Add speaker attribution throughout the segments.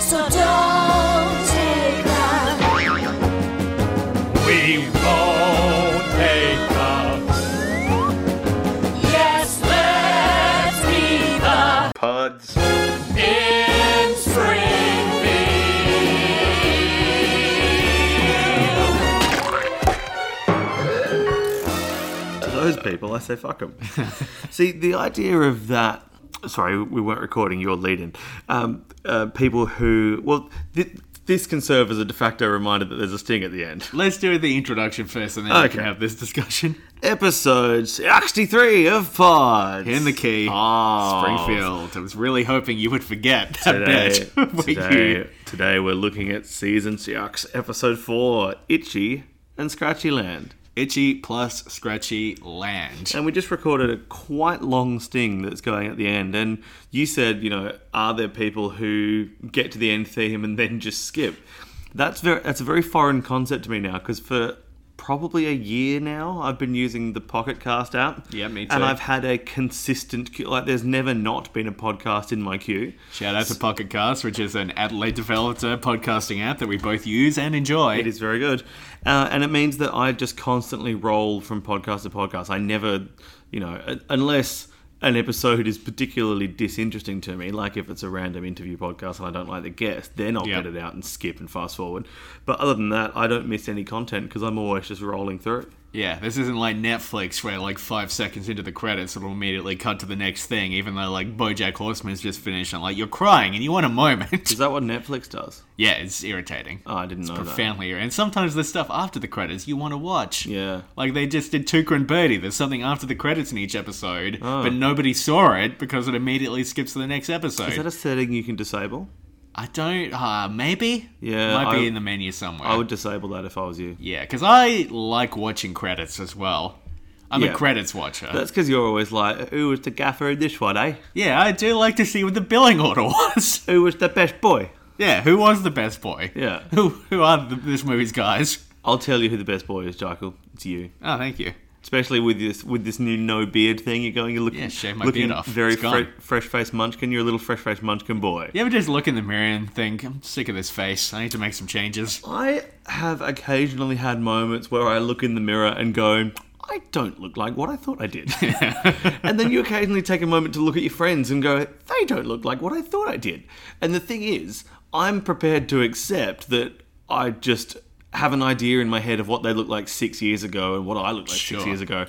Speaker 1: So don't take that.
Speaker 2: We won't take the
Speaker 1: Yes, let's be the
Speaker 3: Pods.
Speaker 2: in
Speaker 3: To those people, I say fuck them. See, the idea of that. Sorry, we weren't recording your lead in. Um, uh, people who. Well, th- this can serve as a de facto reminder that there's a sting at the end.
Speaker 4: Let's do the introduction first, and then we can
Speaker 3: Okay.
Speaker 4: have this discussion.
Speaker 3: Episode 63 of Pods.
Speaker 4: In the key,
Speaker 3: Oh.
Speaker 4: Springfield. I was really hoping you would forget that
Speaker 3: Today,
Speaker 4: bit. where you-
Speaker 3: today, today we're looking at season six, episode four, Itchy and Scratchy Land.
Speaker 4: Itchy plus scratchy land.
Speaker 3: And we just recorded a quite long sting that's going at the end. And you said, you know, are there people who get to the end theme and then just skip? That's very that's a very foreign concept to me now because for probably a year now I've been using the Pocket Cast app.
Speaker 4: Yeah, me
Speaker 3: And
Speaker 4: too.
Speaker 3: I've had a consistent queue. Like, there's never not been a podcast in my queue.
Speaker 4: Shout out to Pocket Cast, which is an Adelaide developed podcasting app that we both use and enjoy.
Speaker 3: It is very good, uh, and it means that I just constantly roll from podcast to podcast. I never, you know, un- unless an episode is particularly disinteresting to me, like if it's a random interview podcast and I don't like the guest, then I'll
Speaker 4: Yeah.
Speaker 3: get it out and skip and fast forward. But other than that, I don't miss any content because I'm always just rolling through. it.
Speaker 4: Yeah, this isn't like Netflix where like five seconds into the credits it'll immediately cut to the next thing, even though like BoJack Horseman's just finished and like you're crying and you want a moment.
Speaker 3: Is that what Netflix does?
Speaker 4: yeah, it's irritating.
Speaker 3: Oh, I didn't know that.
Speaker 4: profoundly irritating. And sometimes the stuff after the credits you want to watch.
Speaker 3: Yeah.
Speaker 4: Like they just did Tuca and Birdie. There's something after the credits in each episode,
Speaker 3: Oh.
Speaker 4: but nobody saw it because it immediately skips to the next episode.
Speaker 3: Is that a setting you can disable?
Speaker 4: I don't. Uh, maybe.
Speaker 3: Yeah,
Speaker 4: Might be
Speaker 3: I-
Speaker 4: in the menu somewhere.
Speaker 3: I would disable that if I was you.
Speaker 4: Yeah, because I like watching credits as well. I'm
Speaker 3: Yeah.
Speaker 4: a credits watcher.
Speaker 3: That's because you're always like, who was the gaffer in this one, eh?
Speaker 4: Yeah, I do like to see what the billing order was.
Speaker 3: Who was the best boy?
Speaker 4: yeah, who was the best boy?
Speaker 3: Yeah.
Speaker 4: Who who are the, this movie's guys?
Speaker 3: I'll tell you who the best boy is, Jackal. It's you.
Speaker 4: Oh, thank you.
Speaker 3: Especially with this with this new no beard thing, you're going. You're looking,
Speaker 4: Yeah, shave my
Speaker 3: looking
Speaker 4: beard off.
Speaker 3: very
Speaker 4: It's gone.
Speaker 3: fresh faced munchkin. You're a little fresh faced munchkin boy.
Speaker 4: You ever just look in the mirror and think, I'm sick of this face. I need to make some changes.
Speaker 3: I have occasionally had moments where I look in the mirror and go, I don't look like what I thought I did. and then you occasionally take a moment to look at your friends and go, they don't look like what I thought I did. And the thing is, I'm prepared to accept that I just have an idea in my head of what they looked like six years ago and what I looked like
Speaker 4: Sure.
Speaker 3: six years ago.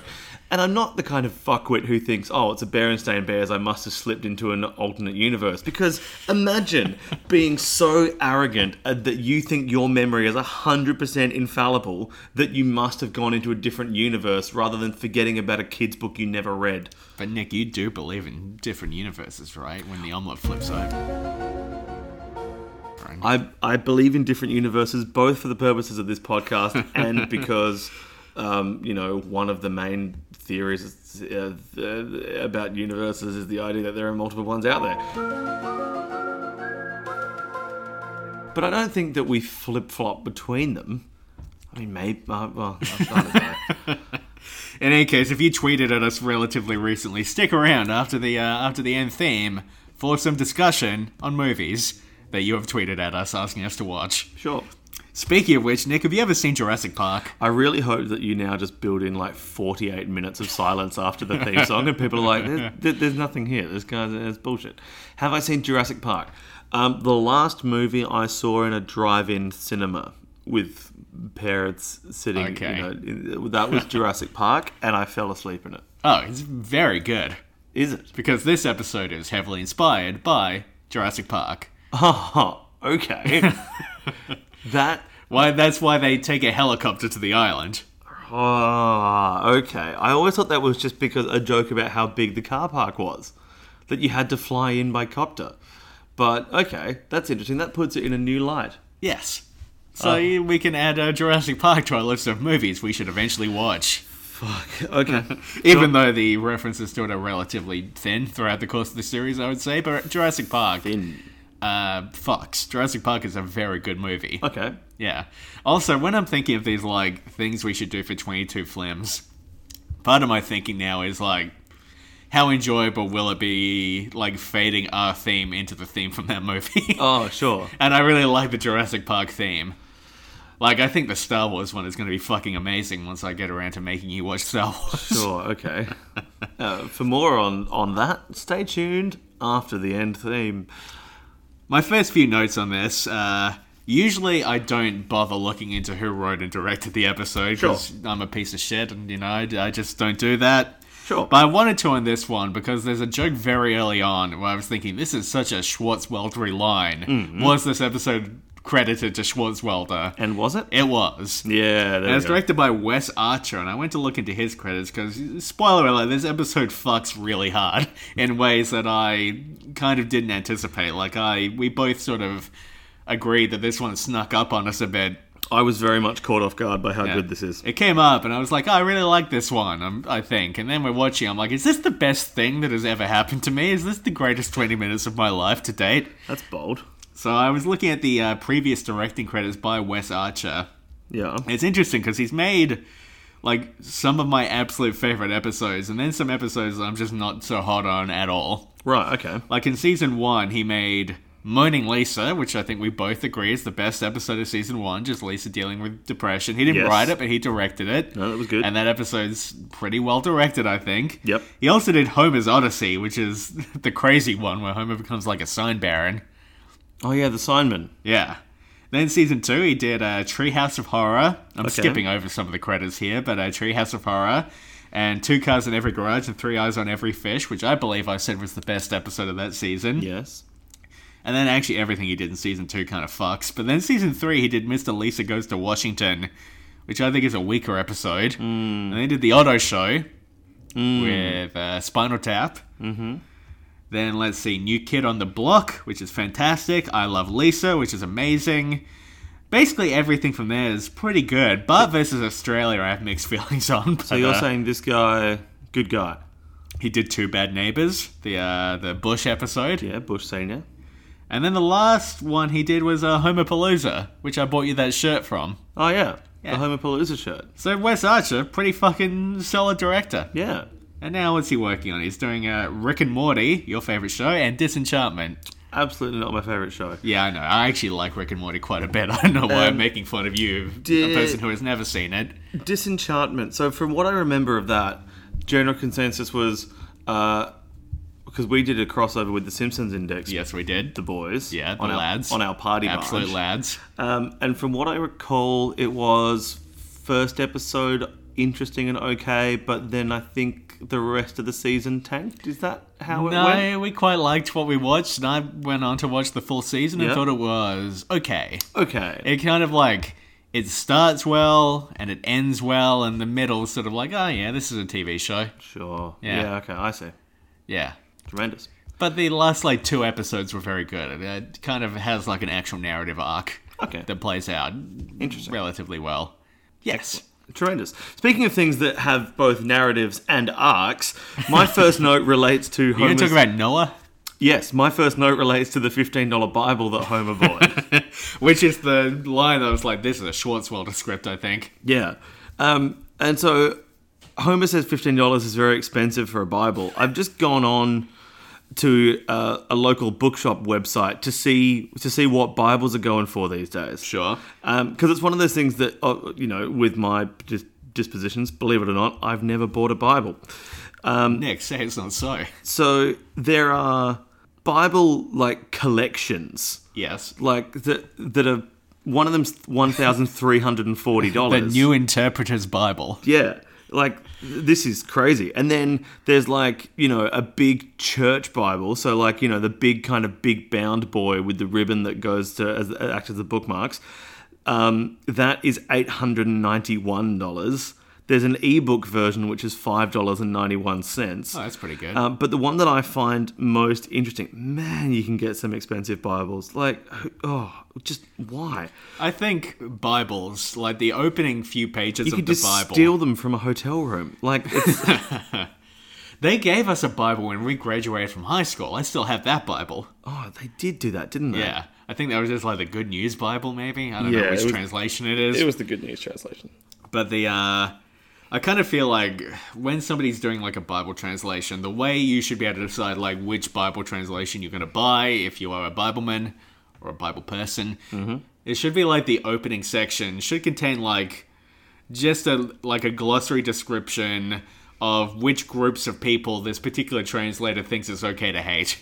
Speaker 3: And I'm not the kind of fuckwit who thinks, oh, it's a Berenstain Bears, I must have slipped into an alternate universe. Because imagine being so arrogant uh, that you think your memory is 100% infallible that you must have gone into a different universe rather than forgetting about a kid's book you never read.
Speaker 4: But Nick, you do believe in different universes, right? When the omelette flips over.
Speaker 3: I, I believe in different universes, both for the purposes of this podcast and because, um, you know, one of the main theories uh, th- about universes is the idea that there are multiple ones out there. But I don't think that we flip flop between them. I mean, maybe. Uh, well, I don't know.
Speaker 4: In any case, if you tweeted at us relatively recently, stick around after the uh, after the end theme for some discussion on movies that you have tweeted at us asking us to watch.
Speaker 3: sure.
Speaker 4: Speaking of which, Nick, have you ever seen Jurassic Park?
Speaker 3: I really hope that you now just build in like 48 minutes of silence after the theme song, and people are like, "There's, there- there's nothing here. This guy's it's bullshit." Have I seen Jurassic Park? Um, the last movie I saw in a drive-in cinema with parents sitting,
Speaker 4: Okay.
Speaker 3: you know, in- that was Jurassic Park, and I fell asleep in it.
Speaker 4: Oh, it's very good.
Speaker 3: Is it?
Speaker 4: Because this episode is heavily inspired by Jurassic Park.
Speaker 3: Oh, okay. that.
Speaker 4: Why that's why they take a helicopter to the island.
Speaker 3: Oh, okay. I always thought that was just because a joke about how big the car park was, that you had to fly in by copter. But okay, that's interesting. That puts it in a new light.
Speaker 4: Yes. So we can add uh, Jurassic Park to our list of movies we should eventually watch.
Speaker 3: Fuck. Okay.
Speaker 4: Even though the references to it are relatively thin throughout the course of the series, I would say, but Jurassic Park,
Speaker 3: In.
Speaker 4: uh, fucks. Jurassic Park is a very good movie.
Speaker 3: Okay.
Speaker 4: Yeah. Also, when I'm thinking of these like things we should do for 22 flims, part of my thinking now is like, how enjoyable will it be, like fading our theme into the theme from that movie?
Speaker 3: Oh, sure.
Speaker 4: And I really like the Jurassic Park theme. Like, I think the Star Wars one is going to be fucking amazing once I get around to making you watch Star Wars.
Speaker 3: Sure, okay. Uh, for more on, on that, stay tuned after the end theme.
Speaker 4: My first few notes on this. Uh, usually, I don't bother looking into who wrote and directed the episode because
Speaker 3: Sure.
Speaker 4: I'm a piece of shit, and you know, I, I just don't do that.
Speaker 3: Sure.
Speaker 4: But I wanted to on this one because there's a joke very early on where I was thinking this is such a Schwarzweldery line. Was this episode credited to Schwarzwelder?
Speaker 3: Mm-hmm. and was it?
Speaker 4: It was.
Speaker 3: Yeah, there
Speaker 4: And
Speaker 3: we
Speaker 4: it's
Speaker 3: go.
Speaker 4: directed by Wes Archer, and I went to look into his credits because, spoiler alert, this episode fucks really hard in ways that I kind of didn't anticipate. Like, I we both sort of agreed that this one snuck up on us a bit.
Speaker 3: I was very much caught off guard by how good this is.
Speaker 4: It came up, and I was like, oh, I really like this one, um, I think. And then we're watching, I'm like, is this the best thing that has ever happened to me? Is this the greatest 20 minutes of my life to date?
Speaker 3: That's bold.
Speaker 4: So I was looking at the uh, previous directing credits by Wes Archer.
Speaker 3: Yeah.
Speaker 4: It's interesting because he's made like some of my absolute favorite episodes, and then some episodes I'm just not so hot on at all.
Speaker 3: Right, okay.
Speaker 4: Like in season one, he made Moaning Lisa, which I think we both agree is the best episode of season one, just Lisa dealing with depression. He didn't
Speaker 3: Yes.
Speaker 4: write it, but he directed it.
Speaker 3: No, that was good.
Speaker 4: And that episode's pretty well directed, I think.
Speaker 3: Yep.
Speaker 4: He also did Homer's Odyssey, which is the crazy one where Homer becomes like a sign baron.
Speaker 3: Oh, yeah, The Signman.
Speaker 4: Yeah. Then season two, he did uh, Treehouse of Horror. I'm
Speaker 3: Okay.
Speaker 4: skipping over some of the credits here, but uh, Treehouse of Horror and Two Cars in Every Garage and Three Eyes on Every Fish, which I believe I said was the best episode of that season.
Speaker 3: Yes.
Speaker 4: And then actually everything he did in season two kind of fucks. But then season three, he did Mr. Lisa Goes to Washington, which I think is a weaker episode.
Speaker 3: Hmm.
Speaker 4: And then he did The Otto Show with uh, Spinal Tap. Mm-hmm. Then let's see New Kid on the Block, which is fantastic. I Love Lisa, which is amazing. Basically everything from there is pretty good. But versus Australia, I have mixed feelings on. uh,
Speaker 3: So you're saying this guy, good guy.
Speaker 4: he did Two Bad Neighbors, the uh, the Bush episode.
Speaker 3: Yeah, Bush Senior.
Speaker 4: And then the last one he did was uh, Homopalooza, which I bought you that shirt from.
Speaker 3: Oh, yeah.
Speaker 4: Yeah.
Speaker 3: The Homer Palooza shirt.
Speaker 4: So Wes Archer, pretty fucking solid director.
Speaker 3: Yeah.
Speaker 4: And now what's he working on? He's doing uh, Rick and Morty, your favorite show, and Disenchantment.
Speaker 3: Absolutely not my favourite show.
Speaker 4: Yeah, I know. I actually like Rick and Morty quite a bit. I don't know why I'm
Speaker 3: Um,
Speaker 4: making fun of you, a
Speaker 3: did-
Speaker 4: person who has never seen it.
Speaker 3: Disenchantment. So, from what I remember of that, general consensus was uh, because we did a crossover with the Simpsons Index.
Speaker 4: Yes, we did.
Speaker 3: The boys.
Speaker 4: yeah, the
Speaker 3: on
Speaker 4: lads.
Speaker 3: Our, on our party
Speaker 4: Absolute
Speaker 3: barge.
Speaker 4: lads.
Speaker 3: Um, and from what I recall, it was first episode interesting and okay, but then I think the rest of the season tanked. Is that how it
Speaker 4: No,
Speaker 3: went?
Speaker 4: we quite liked what we watched, and I went on to watch the full season and
Speaker 3: Yeah.
Speaker 4: thought it was okay.
Speaker 3: Okay.
Speaker 4: it kind of like it starts well and it ends well and the middle sort of like oh yeah this is a tv show
Speaker 3: sure.
Speaker 4: Yeah.
Speaker 3: Yeah. okay, I see.
Speaker 4: yeah
Speaker 3: Tremendous.
Speaker 4: but the last like two episodes were very good it, it kind of has like an actual narrative arc
Speaker 3: Okay.
Speaker 4: that plays out
Speaker 3: Interesting.
Speaker 4: relatively well yes
Speaker 3: Tremendous. Speaking of things that have both narratives and arcs, my first note relates to
Speaker 4: you
Speaker 3: Homer's.
Speaker 4: talk about noah
Speaker 3: yes, my first note relates to the $15 Bible that Homer bought.
Speaker 4: which is the line that was like this is a schwarzwelder script i think
Speaker 3: Yeah. Um, and so Homer says $15 is very expensive for a Bible. I've just gone on to uh, a local bookshop website to see to see what Bibles are going for these days.
Speaker 4: sure
Speaker 3: Because Um, it's one of those things that, uh, you know, with my dis- dispositions, believe it or not, I've never bought a Bible.
Speaker 4: nick say it's not so
Speaker 3: So there are Bible like collections,
Speaker 4: yes
Speaker 3: like that that are one of them's one thousand three hundred and forty
Speaker 4: the
Speaker 3: dollars.
Speaker 4: new interpreter's bible
Speaker 3: Yeah. Like this is crazy. And then there's like, you know, a big church Bible, so like, you know, the big kind of big bound boy with the ribbon that goes to as act as the bookmarks. Um, that is $891. There's an ebook version which is $5.91.
Speaker 4: oh that's pretty good
Speaker 3: Um, but the one that I find most interesting, man, you can get some expensive Bibles. Like, oh, just why?
Speaker 4: I think Bibles, like the opening few pages
Speaker 3: You
Speaker 4: of
Speaker 3: could
Speaker 4: the
Speaker 3: just
Speaker 4: Bible,
Speaker 3: steal them from a hotel room. Like, it's,
Speaker 4: they gave us a Bible when we graduated from high school. I still have that Bible.
Speaker 3: oh, they did do that, didn't they?
Speaker 4: Yeah, I think that was just like the Good News Bible, maybe. I don't know
Speaker 3: Yeah,
Speaker 4: which
Speaker 3: it was-
Speaker 4: translation it is,
Speaker 3: was the good news translation.
Speaker 4: but the uh, I kind of feel like when somebody's doing like a Bible translation, the way you should be able to decide like which Bible translation you're going to buy if you are a Bibleman or a Bible person,
Speaker 3: Mm-hmm.
Speaker 4: it should be like the opening section should contain like just a like a glossary description of which groups of people this particular translator thinks it's okay to hate.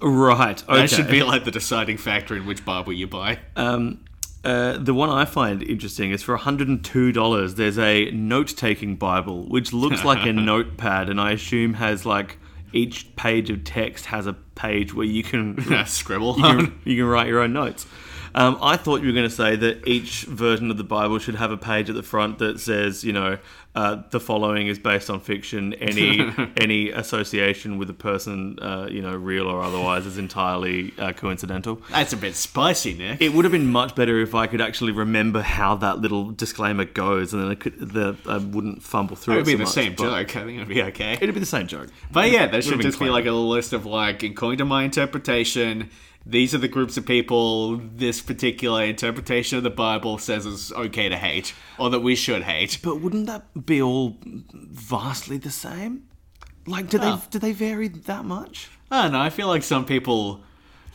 Speaker 3: Right. Okay.
Speaker 4: That should be like the deciding factor in which Bible you buy.
Speaker 3: Um, uh, the one I find interesting is for $102, there's a note taking Bible, which looks like a notepad and I assume has like each page of text has a page where you can,
Speaker 4: Scribble.
Speaker 3: you can, you can write your own notes. Um, I thought you were going to say that each version of the Bible should have a page at the front that says, you know, uh, the following is based on fiction. Any any association with a person, uh, you know, real or otherwise, is entirely uh, coincidental.
Speaker 4: That's a bit spicy, Nick.
Speaker 3: It would have been much better if I could actually remember how that little disclaimer goes, and then I could the I wouldn't fumble through.
Speaker 4: It would be
Speaker 3: so
Speaker 4: the
Speaker 3: much,
Speaker 4: same
Speaker 3: but-
Speaker 4: joke. I think it'd be okay.
Speaker 3: It'd be the same joke.
Speaker 4: But yeah, that should
Speaker 3: been
Speaker 4: just be
Speaker 3: clever.
Speaker 4: like a list of like, according to my interpretation, these are the groups of people this particular interpretation of the Bible says is okay to hate, or that we should hate.
Speaker 3: But wouldn't that be all vastly the same? Like, do
Speaker 4: Huh.
Speaker 3: they do they vary that much?
Speaker 4: I don't know. I feel like some people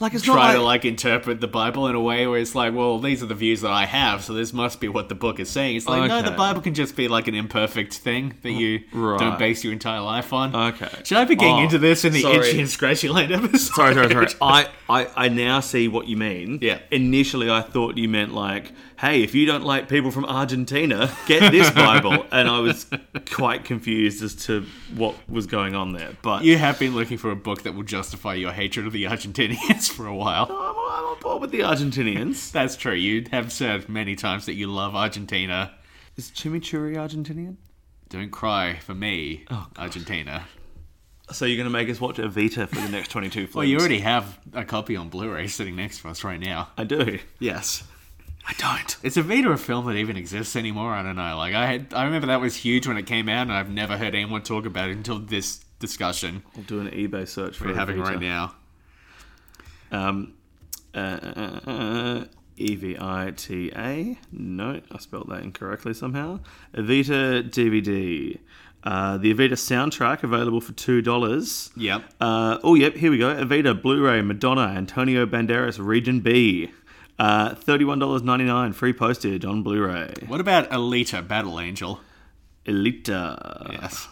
Speaker 3: Like, it's
Speaker 4: try
Speaker 3: not
Speaker 4: to
Speaker 3: like,
Speaker 4: like interpret the Bible in a way where it's like, well, these are the views that I have, so this must be what the book is saying. It's like, no,
Speaker 3: Okay.
Speaker 4: the Bible can just be like an imperfect thing that you
Speaker 3: Right.
Speaker 4: don't base your entire life on.
Speaker 3: okay.
Speaker 4: Should I be getting
Speaker 3: Oh,
Speaker 4: into this in the
Speaker 3: sorry.
Speaker 4: itchy and scratchy land episode?
Speaker 3: Sorry, sorry, sorry. I, I, I now see what you mean.
Speaker 4: Yeah.
Speaker 3: Initially, I thought you meant like, hey, if you don't like people from Argentina, get this Bible. and I was quite confused as to what was going on there. But
Speaker 4: You have been looking for a book that will justify your hatred of the Argentinians for a while.
Speaker 3: I'm, I'm on board with the Argentinians.
Speaker 4: That's true. You have said many times that you love Argentina.
Speaker 3: Is chimichurri Argentinian?
Speaker 4: Don't cry for me, Argentina.
Speaker 3: So you're going to make us watch Evita for the next 22 films?
Speaker 4: Well, you already have a copy on Blu-ray sitting next to us right now.
Speaker 3: I do.
Speaker 4: Yes.
Speaker 3: I don't.
Speaker 4: It's a Vita a film that even exists anymore. I don't know. Like I had, I remember that was huge when it came out, and I've never heard anyone talk about it until this discussion
Speaker 3: I'll do an eBay search for
Speaker 4: we're having
Speaker 3: Evita.
Speaker 4: right now.
Speaker 3: Um, uh, uh, uh, uh, E V I T A. No, I spelled that incorrectly somehow. Evita DVD. Uh, the Evita soundtrack available for two dollars.
Speaker 4: Yep.
Speaker 3: Uh, oh, yep. Here we go. Evita Blu-ray, Madonna, Antonio Banderas, Region B. Uh, Thirty-one dollars ninety-nine, free postage on Blu-ray.
Speaker 4: What about Alita: Battle Angel?
Speaker 3: Elita,
Speaker 4: Yes.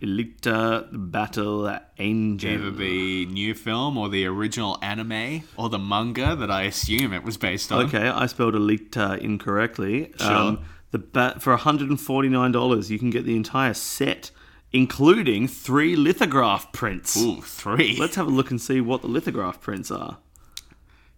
Speaker 3: Elita Battle
Speaker 4: either
Speaker 3: Angel.
Speaker 4: the new film or the original anime or the manga that I assume it was based on.
Speaker 3: Okay, I spelled Elita incorrectly.
Speaker 4: Uh-huh.
Speaker 3: Um,
Speaker 4: Sure.
Speaker 3: the bat for $149, you can get the entire set, including three lithograph prints.
Speaker 4: Ooh, 3
Speaker 3: Let's have a look and see what the lithograph prints are.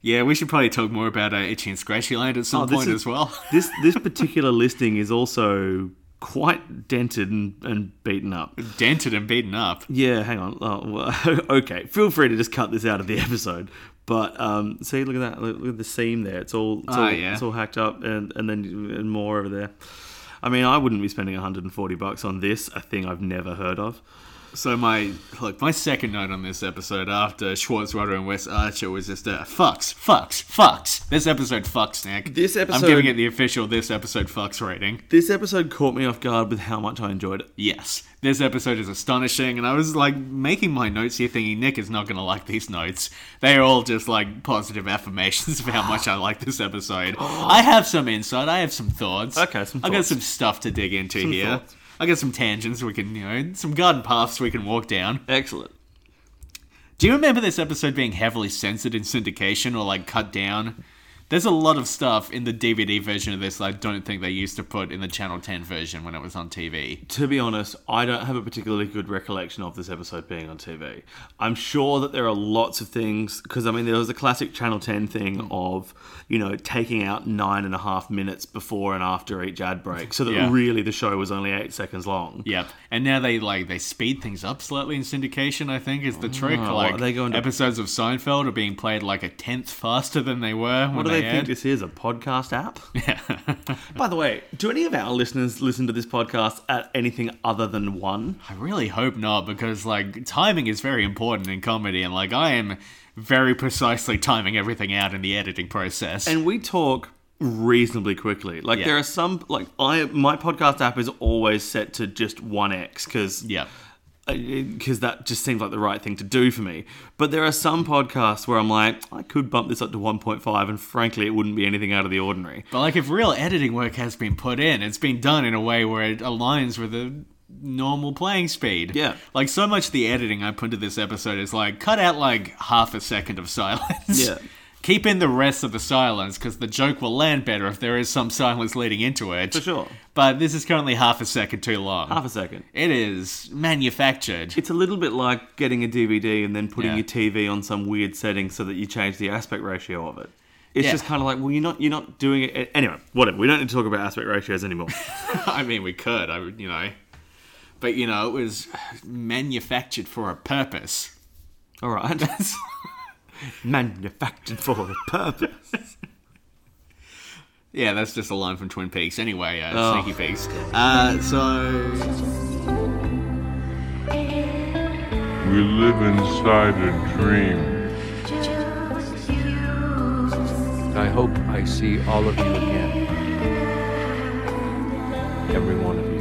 Speaker 4: yeah, we should probably talk more about uh, Itchy and Scratchy Land at some
Speaker 3: Oh, this
Speaker 4: point
Speaker 3: is-
Speaker 4: as well.
Speaker 3: This this particular listing is also quite dented and, and beaten up.
Speaker 4: Dented and beaten up.
Speaker 3: Yeah, hang on. Oh, well, okay, feel free to just cut this out of the episode. But um, see, look at that. Look, look at the seam there. It's all it's,
Speaker 4: Ah,
Speaker 3: all,
Speaker 4: yeah.
Speaker 3: it's all hacked up, and and then and more over there. I mean, I wouldn't be spending 140 bucks on this, a thing I've never heard of.
Speaker 4: So my look, my second note on this episode after Schwartzwater and Wes Archer was just uh, fucks, fucks, fucks. This episode fucks, Nick.
Speaker 3: This
Speaker 4: I'm giving
Speaker 3: episode-
Speaker 4: it the official this episode fucks rating.
Speaker 3: This episode caught me off guard with how much I enjoyed it.
Speaker 4: Yes, this episode is astonishing, and I was like making my notes here, thinking Nick is not going to like these notes. They are all just like positive affirmations of how much I like this episode. I have some insight. I have some thoughts.
Speaker 3: Oh. Okay, some
Speaker 4: I got
Speaker 3: thoughts.
Speaker 4: some stuff to dig into
Speaker 3: Some
Speaker 4: here.
Speaker 3: thoughts.
Speaker 4: I got some tangents we can, you know, some garden paths we can walk down.
Speaker 3: Excellent.
Speaker 4: Do you remember this episode being heavily censored in syndication or like cut down? There's a lot of stuff in the DVD version of this that I don't think they used to put in the Channel 10 version when it was on TV.
Speaker 3: To be honest, I don't have a particularly good recollection of this episode being on TV. I'm sure that there are lots of things because I mean there was the classic Channel Ten thing of you know taking out nine and a half minutes before and after each ad break, so that
Speaker 4: Yeah.
Speaker 3: really the show was only eight seconds long.
Speaker 4: Yep. And now they like they speed things up slightly in syndication. I think is the trick. like
Speaker 3: are Oh, they going to-
Speaker 4: episodes of Seinfeld are being played like a tenth faster than they were.
Speaker 3: What
Speaker 4: when
Speaker 3: do they think
Speaker 4: aired.
Speaker 3: this is? A podcast app? By the way, do any of our listeners listen to this podcast at anything other than one?
Speaker 4: I really hope not because like timing is very important in comedy, and like I am very precisely timing everything out in the editing process.
Speaker 3: And we talk reasonably quickly. Like
Speaker 4: Yeah.
Speaker 3: there are some like I my podcast app is always set to just one X because
Speaker 4: Yeah.
Speaker 3: because that just seems like the right thing to do for me. But there are some podcasts where I'm like, I could bump this up to 1.5, and frankly, it wouldn't be anything out of the ordinary.
Speaker 4: But like, if real editing work has been put in, it's been done in a way where it aligns with the normal playing speed.
Speaker 3: Yeah.
Speaker 4: Like so much of the editing I put into this episode is like cut out like half a second of silence.
Speaker 3: Yeah.
Speaker 4: Keep in the rest of the silence because the joke will land better if there is some silence leading into it.
Speaker 3: For sure.
Speaker 4: But this is currently half a second too long.
Speaker 3: Half a second.
Speaker 4: it is manufactured.
Speaker 3: It's a little bit like getting a DVD and then putting
Speaker 4: Yeah.
Speaker 3: your TV on some weird setting so that you change the aspect ratio of it. It's
Speaker 4: Yeah.
Speaker 3: just kind of like, well, you're not you're not doing it anyway. Whatever. We don't need to talk about aspect ratios anymore.
Speaker 4: I mean, we could. I would, you know. But you know, it was manufactured for a purpose.
Speaker 3: All right. Manufactured for a purpose.
Speaker 4: Yeah, that's just a line from Twin Peaks. Anyway, uh,
Speaker 3: Oh.
Speaker 4: Sneaky Peaks. Uh, so
Speaker 5: We live inside a dream.
Speaker 6: I hope I see all of you again. Every one of you.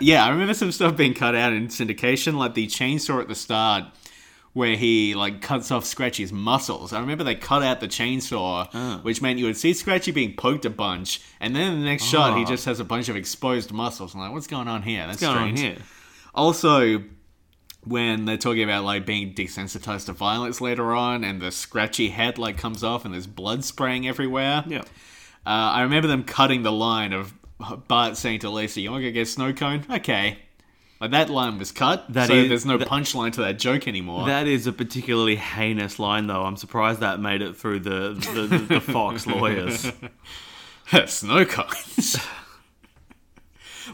Speaker 4: yeah, I remember some stuff being cut out in syndication, like the chainsaw at the start, where he like cuts off Scratchy's muscles. I remember they cut out the chainsaw,
Speaker 3: Ah.
Speaker 4: which meant you would see Scratchy being poked a bunch, and then in the next shot he
Speaker 3: Ah.
Speaker 4: just has a bunch of exposed muscles. I'm like, what's going on here? That's
Speaker 3: What's going on
Speaker 4: strange.
Speaker 3: here?
Speaker 4: Also, when they're talking about like being desensitized to violence later on, and the scratchy head like comes off, and there's blood spraying everywhere.
Speaker 3: Yeah.
Speaker 4: Uh, I remember them cutting the line of Bart saying to Lisa, "You want to go get a snow cone? Okay." Like that line was cut,
Speaker 3: That
Speaker 4: so
Speaker 3: is-
Speaker 4: there's no
Speaker 3: that-
Speaker 4: punchline to that joke anymore.
Speaker 3: That is a particularly heinous line, though. I'm surprised that made it through the the, the, the Fox lawyers.
Speaker 4: snow cones.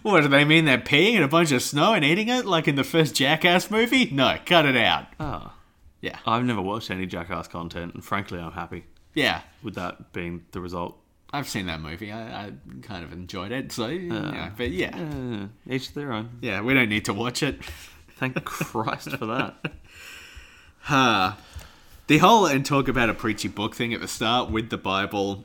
Speaker 4: what do they mean? They're peeing in a bunch of snow and eating it, like in the first Jackass movie? No, cut it out.
Speaker 3: Ah.
Speaker 4: Yeah,
Speaker 3: I've never watched any Jackass content, and frankly, I'm happy
Speaker 4: yeah.
Speaker 3: with that being the result.
Speaker 4: I've seen that movie. I, I kind of enjoyed it. So, yeah, but yeah,
Speaker 3: Uh, each their own.
Speaker 4: yeah, we don't need to watch it.
Speaker 3: Thank Christ for that.
Speaker 4: The whole and talk about a preachy book thing at the start with the Bible.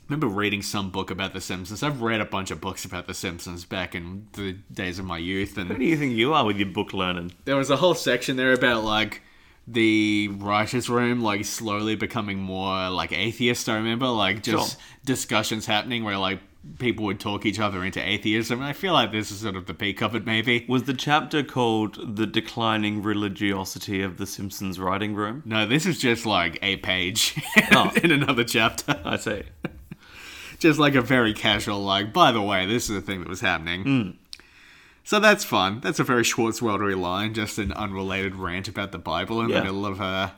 Speaker 4: I remember reading some book about The Simpsons. I've read a bunch of books about The Simpsons back in the days of my youth,
Speaker 3: Who
Speaker 4: and
Speaker 3: do you think you are with your book learning?
Speaker 4: there was a whole section there about like the writers' room, like slowly becoming more like atheist. I remember like just
Speaker 3: Sure.
Speaker 4: discussions happening where like people would talk each other into atheism. And I feel like this is sort of the peak of it, maybe.
Speaker 3: Was the chapter called "The Declining Religiosity of the Simpsons Writing Room"?
Speaker 4: No, this is just like a page
Speaker 3: Oh.
Speaker 4: in another chapter.
Speaker 3: I see.
Speaker 4: Just like a very casual, like, by the way, this is the thing that was happening.
Speaker 3: Hmm.
Speaker 4: So that's fun. That's a very Schwarzweldery line, just an unrelated rant about the Bible in
Speaker 3: Yeah.
Speaker 4: the middle of uh,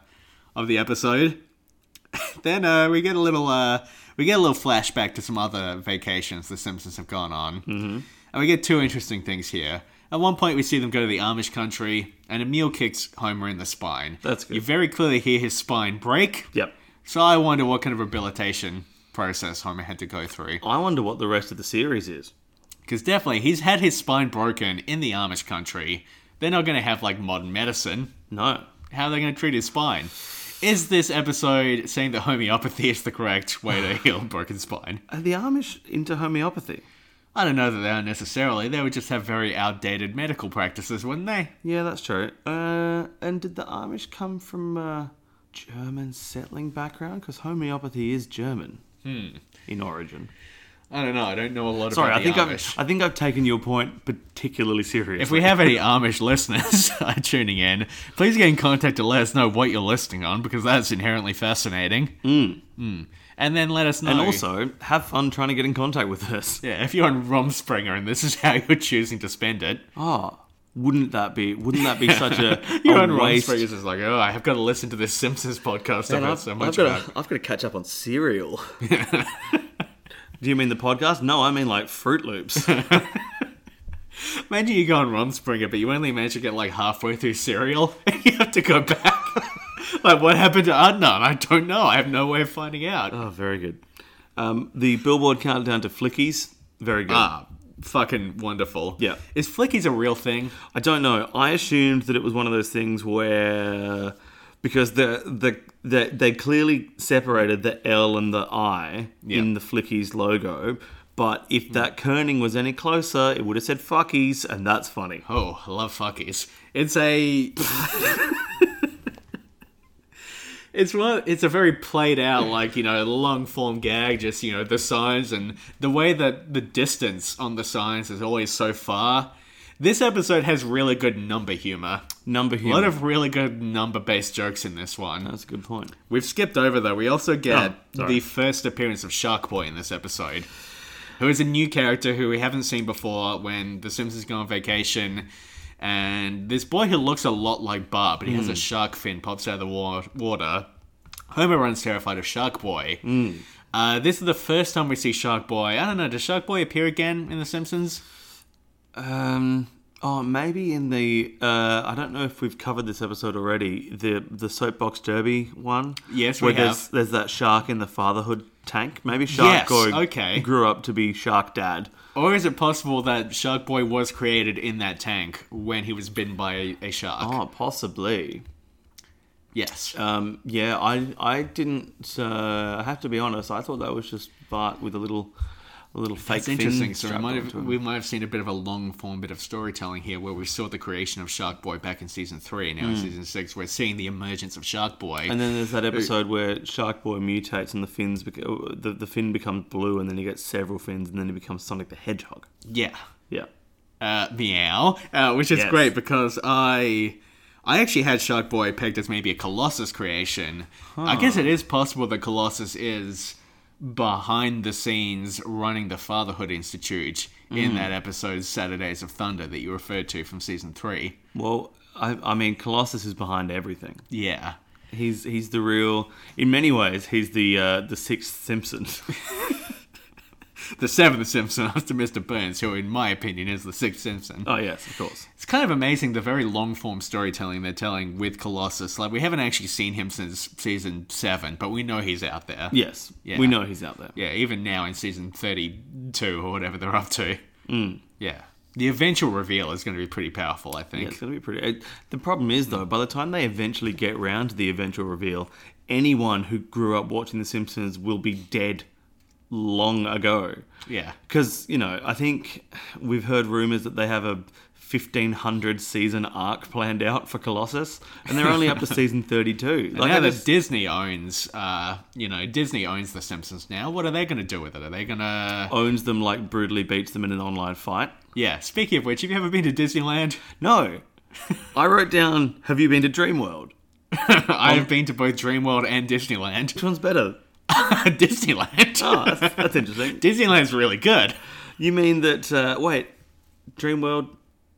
Speaker 4: of the episode. then uh, we get a little uh, we get a little flashback to some other vacations the Simpsons have gone on, mm-hmm. and we get two interesting things here. At one point, we see them go to the Amish country, and Emil kicks Homer in the spine.
Speaker 3: That's good.
Speaker 4: You very clearly hear his spine break.
Speaker 3: Yep.
Speaker 4: So I wonder what kind of rehabilitation process Homer had to go through.
Speaker 3: I wonder what the rest of the series is.
Speaker 4: Because definitely he's had his spine broken in the Amish country. They're not going to have like modern medicine.
Speaker 3: No.
Speaker 4: How are they going to treat his spine? Is this episode saying that homeopathy is the correct way to heal a broken spine?
Speaker 3: Are Uh, the Amish into homeopathy?
Speaker 4: I don't know that they are necessarily. They would just have very outdated medical practices, wouldn't they?
Speaker 3: Yeah, that's true. Uh, and did the Amish come from a German settling background? Because homeopathy is German in origin.
Speaker 4: I don't know. I don't know a lot
Speaker 3: Sorry,
Speaker 4: Hmm. about
Speaker 3: I think
Speaker 4: the
Speaker 3: I've,
Speaker 4: Amish.
Speaker 3: I think I've taken your point particularly seriously.
Speaker 4: If we have any Amish listeners uh, tuning in, please get in contact to let us know what you're listening on because that's inherently fascinating. Mm. And then let us know.
Speaker 3: and also have fun trying to get in contact with us.
Speaker 4: Yeah, if you're on Rumspringer and this is how you're choosing to spend it,
Speaker 3: Oh, wouldn't that be? Wouldn't that be such a,
Speaker 4: you're
Speaker 3: a
Speaker 4: on
Speaker 3: waste?
Speaker 4: Rumspringer's is like, oh, I have got to listen to this Simpsons podcast I've
Speaker 3: Man,
Speaker 4: heard
Speaker 3: I've,
Speaker 4: so
Speaker 3: I've
Speaker 4: much
Speaker 3: got
Speaker 4: about.
Speaker 3: to, I've got to catch up on cereal. Do you mean the podcast? No, I mean like Fruit Loops.
Speaker 4: Imagine you go on Rumspringer, but you only manage to get like halfway through cereal and you have to go back. like, what happened to Adnan? I don't know. I have no way of finding out.
Speaker 3: oh, very good. Um, the Billboard Countdown to Flickies, very good.
Speaker 4: Ah, fucking wonderful.
Speaker 3: Yeah.
Speaker 4: Is Flickies a real thing?
Speaker 3: I don't know. I assumed that it was one of those things where because the the, the they clearly separated the L and the I
Speaker 4: Yeah.
Speaker 3: in the Flickies logo. But if that kerning was any closer, it would have said fuckies, and that's funny.
Speaker 4: Oh, I love fuckies. It's a. It's one. It's a very played out, like you know, long form gag. Just you know, the signs and the way that the distance on the signs is always so far. This episode has really good number humor.
Speaker 3: Number
Speaker 4: A
Speaker 3: humor.
Speaker 4: lot of really good number based jokes in this one.
Speaker 3: that's a good point.
Speaker 4: We've skipped over though. We also get
Speaker 3: Oh, sorry.
Speaker 4: the first appearance of Shark Boy in this episode, who is a new character who we haven't seen before. When the Simpsons go on vacation, and this boy who looks a lot like Bart, but he
Speaker 3: Hmm.
Speaker 4: has a shark fin, pops out of the wa- water. Homer runs terrified of Shark Boy.
Speaker 3: Hmm.
Speaker 4: Uh, this is the first time we see Shark Boy. I don't know. Does Shark Boy appear again in The Simpsons?
Speaker 3: Um, oh, maybe in the uh, I don't know if we've covered this episode already. The the soapbox derby one.
Speaker 4: Yes,
Speaker 3: where
Speaker 4: we
Speaker 3: there's
Speaker 4: have.
Speaker 3: there's that shark in the fatherhood tank. Maybe Shark
Speaker 4: Yes,
Speaker 3: Boy
Speaker 4: okay.
Speaker 3: grew up to be Shark Dad.
Speaker 4: Or is it possible that Shark Boy was created in that tank when he was bitten by a, a shark?
Speaker 3: Oh, possibly.
Speaker 4: Yes.
Speaker 3: Um, yeah, I I didn't. Uh, I have to be honest. I thought that was just Bart with a little, a little fake.
Speaker 4: That's interesting.
Speaker 3: Fin
Speaker 4: So we
Speaker 3: strapped
Speaker 4: might, have,
Speaker 3: onto him.
Speaker 4: we might have seen a bit of a long form bit of storytelling here where we saw the creation of Shark Boy back in season three. Now in season six, we're seeing the emergence of Shark Boy.
Speaker 3: Hmm. and then there's that episode where Shark Boy mutates and the fins, bec- the the fin becomes blue, and then he gets several fins, and then he becomes Sonic the Hedgehog.
Speaker 4: yeah.
Speaker 3: Yeah.
Speaker 4: Uh, meow. Uh, which is
Speaker 3: Yes.
Speaker 4: great because I. I actually had Shark Boy pegged as maybe a Colossus creation. I guess it is possible that Colossus is behind the scenes running the Fatherhood Institute
Speaker 3: Hmm.
Speaker 4: in that episode Saturdays of Thunder that you referred to from season three.
Speaker 3: Well, I, I mean, Colossus is behind everything.
Speaker 4: Yeah.
Speaker 3: He's he's the real. In many ways, he's the uh, the sixth Simpson.
Speaker 4: the seventh Simpson after Mr. Burns, who, in my opinion, is the sixth Simpson.
Speaker 3: oh yes, of course.
Speaker 4: It's kind of amazing the very long form storytelling they're telling with Colossus. Like, we haven't actually seen him since season seven, but we know he's out there.
Speaker 3: Yes,
Speaker 4: Yeah.
Speaker 3: we know he's out there.
Speaker 4: Yeah, even now in season 32 or whatever they're up to.
Speaker 3: Mm.
Speaker 4: Yeah. The eventual reveal is going to be pretty powerful, I
Speaker 3: Yeah,
Speaker 4: think.
Speaker 3: it's going to be pretty. It, the problem is, though, by the time they eventually get round to the eventual reveal, anyone who grew up watching The Simpsons will be dead long ago.
Speaker 4: Yeah.
Speaker 3: Because, you know, I think we've heard rumors that they have a 1500 season arc planned out for Colossus, and they're only up to season 32. Like,
Speaker 4: now
Speaker 3: I
Speaker 4: that
Speaker 3: just-
Speaker 4: Disney owns, uh, you know, Disney owns The Simpsons now, what are they going to do with it? Are they going to.
Speaker 3: owns them like brutally beats them in an online fight.
Speaker 4: Yeah, speaking of which, have you ever been to Disneyland?
Speaker 3: No. I wrote down, have you been to Dreamworld?
Speaker 4: I
Speaker 3: Um,
Speaker 4: have been to both Dreamworld and Disneyland.
Speaker 3: Which one's better?
Speaker 4: Disneyland.
Speaker 3: Oh, that's, that's interesting.
Speaker 4: Disneyland's really good.
Speaker 3: You mean that? Uh, wait, Dream World,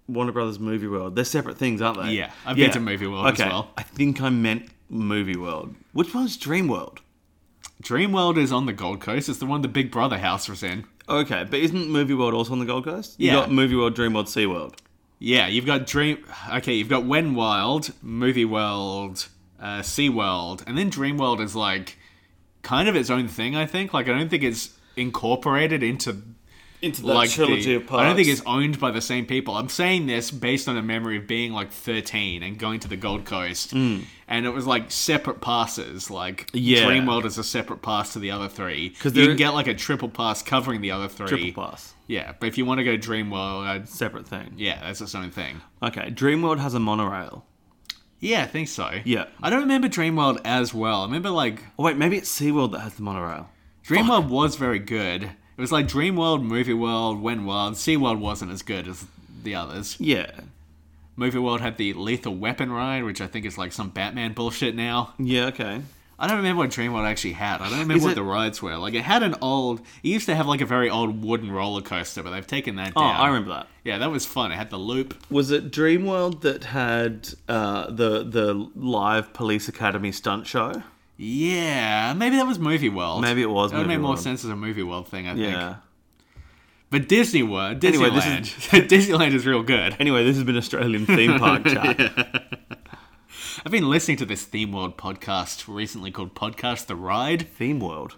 Speaker 3: Warner Brothers Movie World. They're separate things, aren't they?
Speaker 4: Yeah, I've been to Movie World as
Speaker 3: okay.
Speaker 4: well.
Speaker 3: I think I meant Movie World. Which one's Dream World?
Speaker 4: Dreamworld is on the Gold Coast. It's the one the Big Brother house was in.
Speaker 3: Okay, but isn't Movie World also on the Gold Coast?
Speaker 4: Yeah.
Speaker 3: You got Movie World, Dream World, Sea World.
Speaker 4: Yeah, you've got Dream. Okay, you've got When Wild, Movie World, uh, Sea World, and then Dreamworld is like kind of its own thing. I think. Like, I don't think it's incorporated into
Speaker 3: Into
Speaker 4: like the- I don't think it's owned by the same people. I'm saying this based on a memory of being like 13 and going to the Gold Coast, and it was like separate passes. Like
Speaker 3: Hmm. Yeah.
Speaker 4: Dreamworld is a separate pass to the other three.
Speaker 3: 'Cause
Speaker 4: you
Speaker 3: there-
Speaker 4: can get like a triple pass covering the other three.
Speaker 3: Triple Pass.
Speaker 4: Yeah, but if you want to go to Dreamworld, I'd,
Speaker 3: Separate thing.
Speaker 4: yeah, that's its own thing.
Speaker 3: Okay, Dream World has a monorail.
Speaker 4: Yeah, I think so.
Speaker 3: Yeah.
Speaker 4: I don't remember Dreamworld as well. I remember like
Speaker 3: Oh, wait, maybe it's Sea World that has the monorail.
Speaker 4: Dreamworld was very good. It was like Dreamworld, Movie World, When Wild. SeaWorld wasn't as good as the others.
Speaker 3: Yeah.
Speaker 4: Movie World had the Lethal Weapon ride, which I think is like some Batman bullshit now.
Speaker 3: Yeah. Okay.
Speaker 4: I don't remember what Dreamworld actually had. I don't remember
Speaker 3: Is
Speaker 4: what
Speaker 3: it-
Speaker 4: the rides were. Like it had an old. It used to have like a very old wooden roller coaster, but they've taken that
Speaker 3: Oh,
Speaker 4: down.
Speaker 3: I remember that.
Speaker 4: Yeah, that was fun. It had the loop.
Speaker 3: Was it Dreamworld that had uh, the the live Police Academy stunt show?
Speaker 4: Yeah, maybe that was Movie World.
Speaker 3: Maybe it was
Speaker 4: That would
Speaker 3: Movie
Speaker 4: make more
Speaker 3: World.
Speaker 4: sense as a Movie World thing. I
Speaker 3: Yeah.
Speaker 4: think. But Disney World, Disneyland,
Speaker 3: Anyway, this
Speaker 4: Disneyland is real good.
Speaker 3: Anyway, this has been Australian theme park chat.
Speaker 4: I've been listening to this Theme World podcast recently called Podcast the Ride.
Speaker 3: Theme world.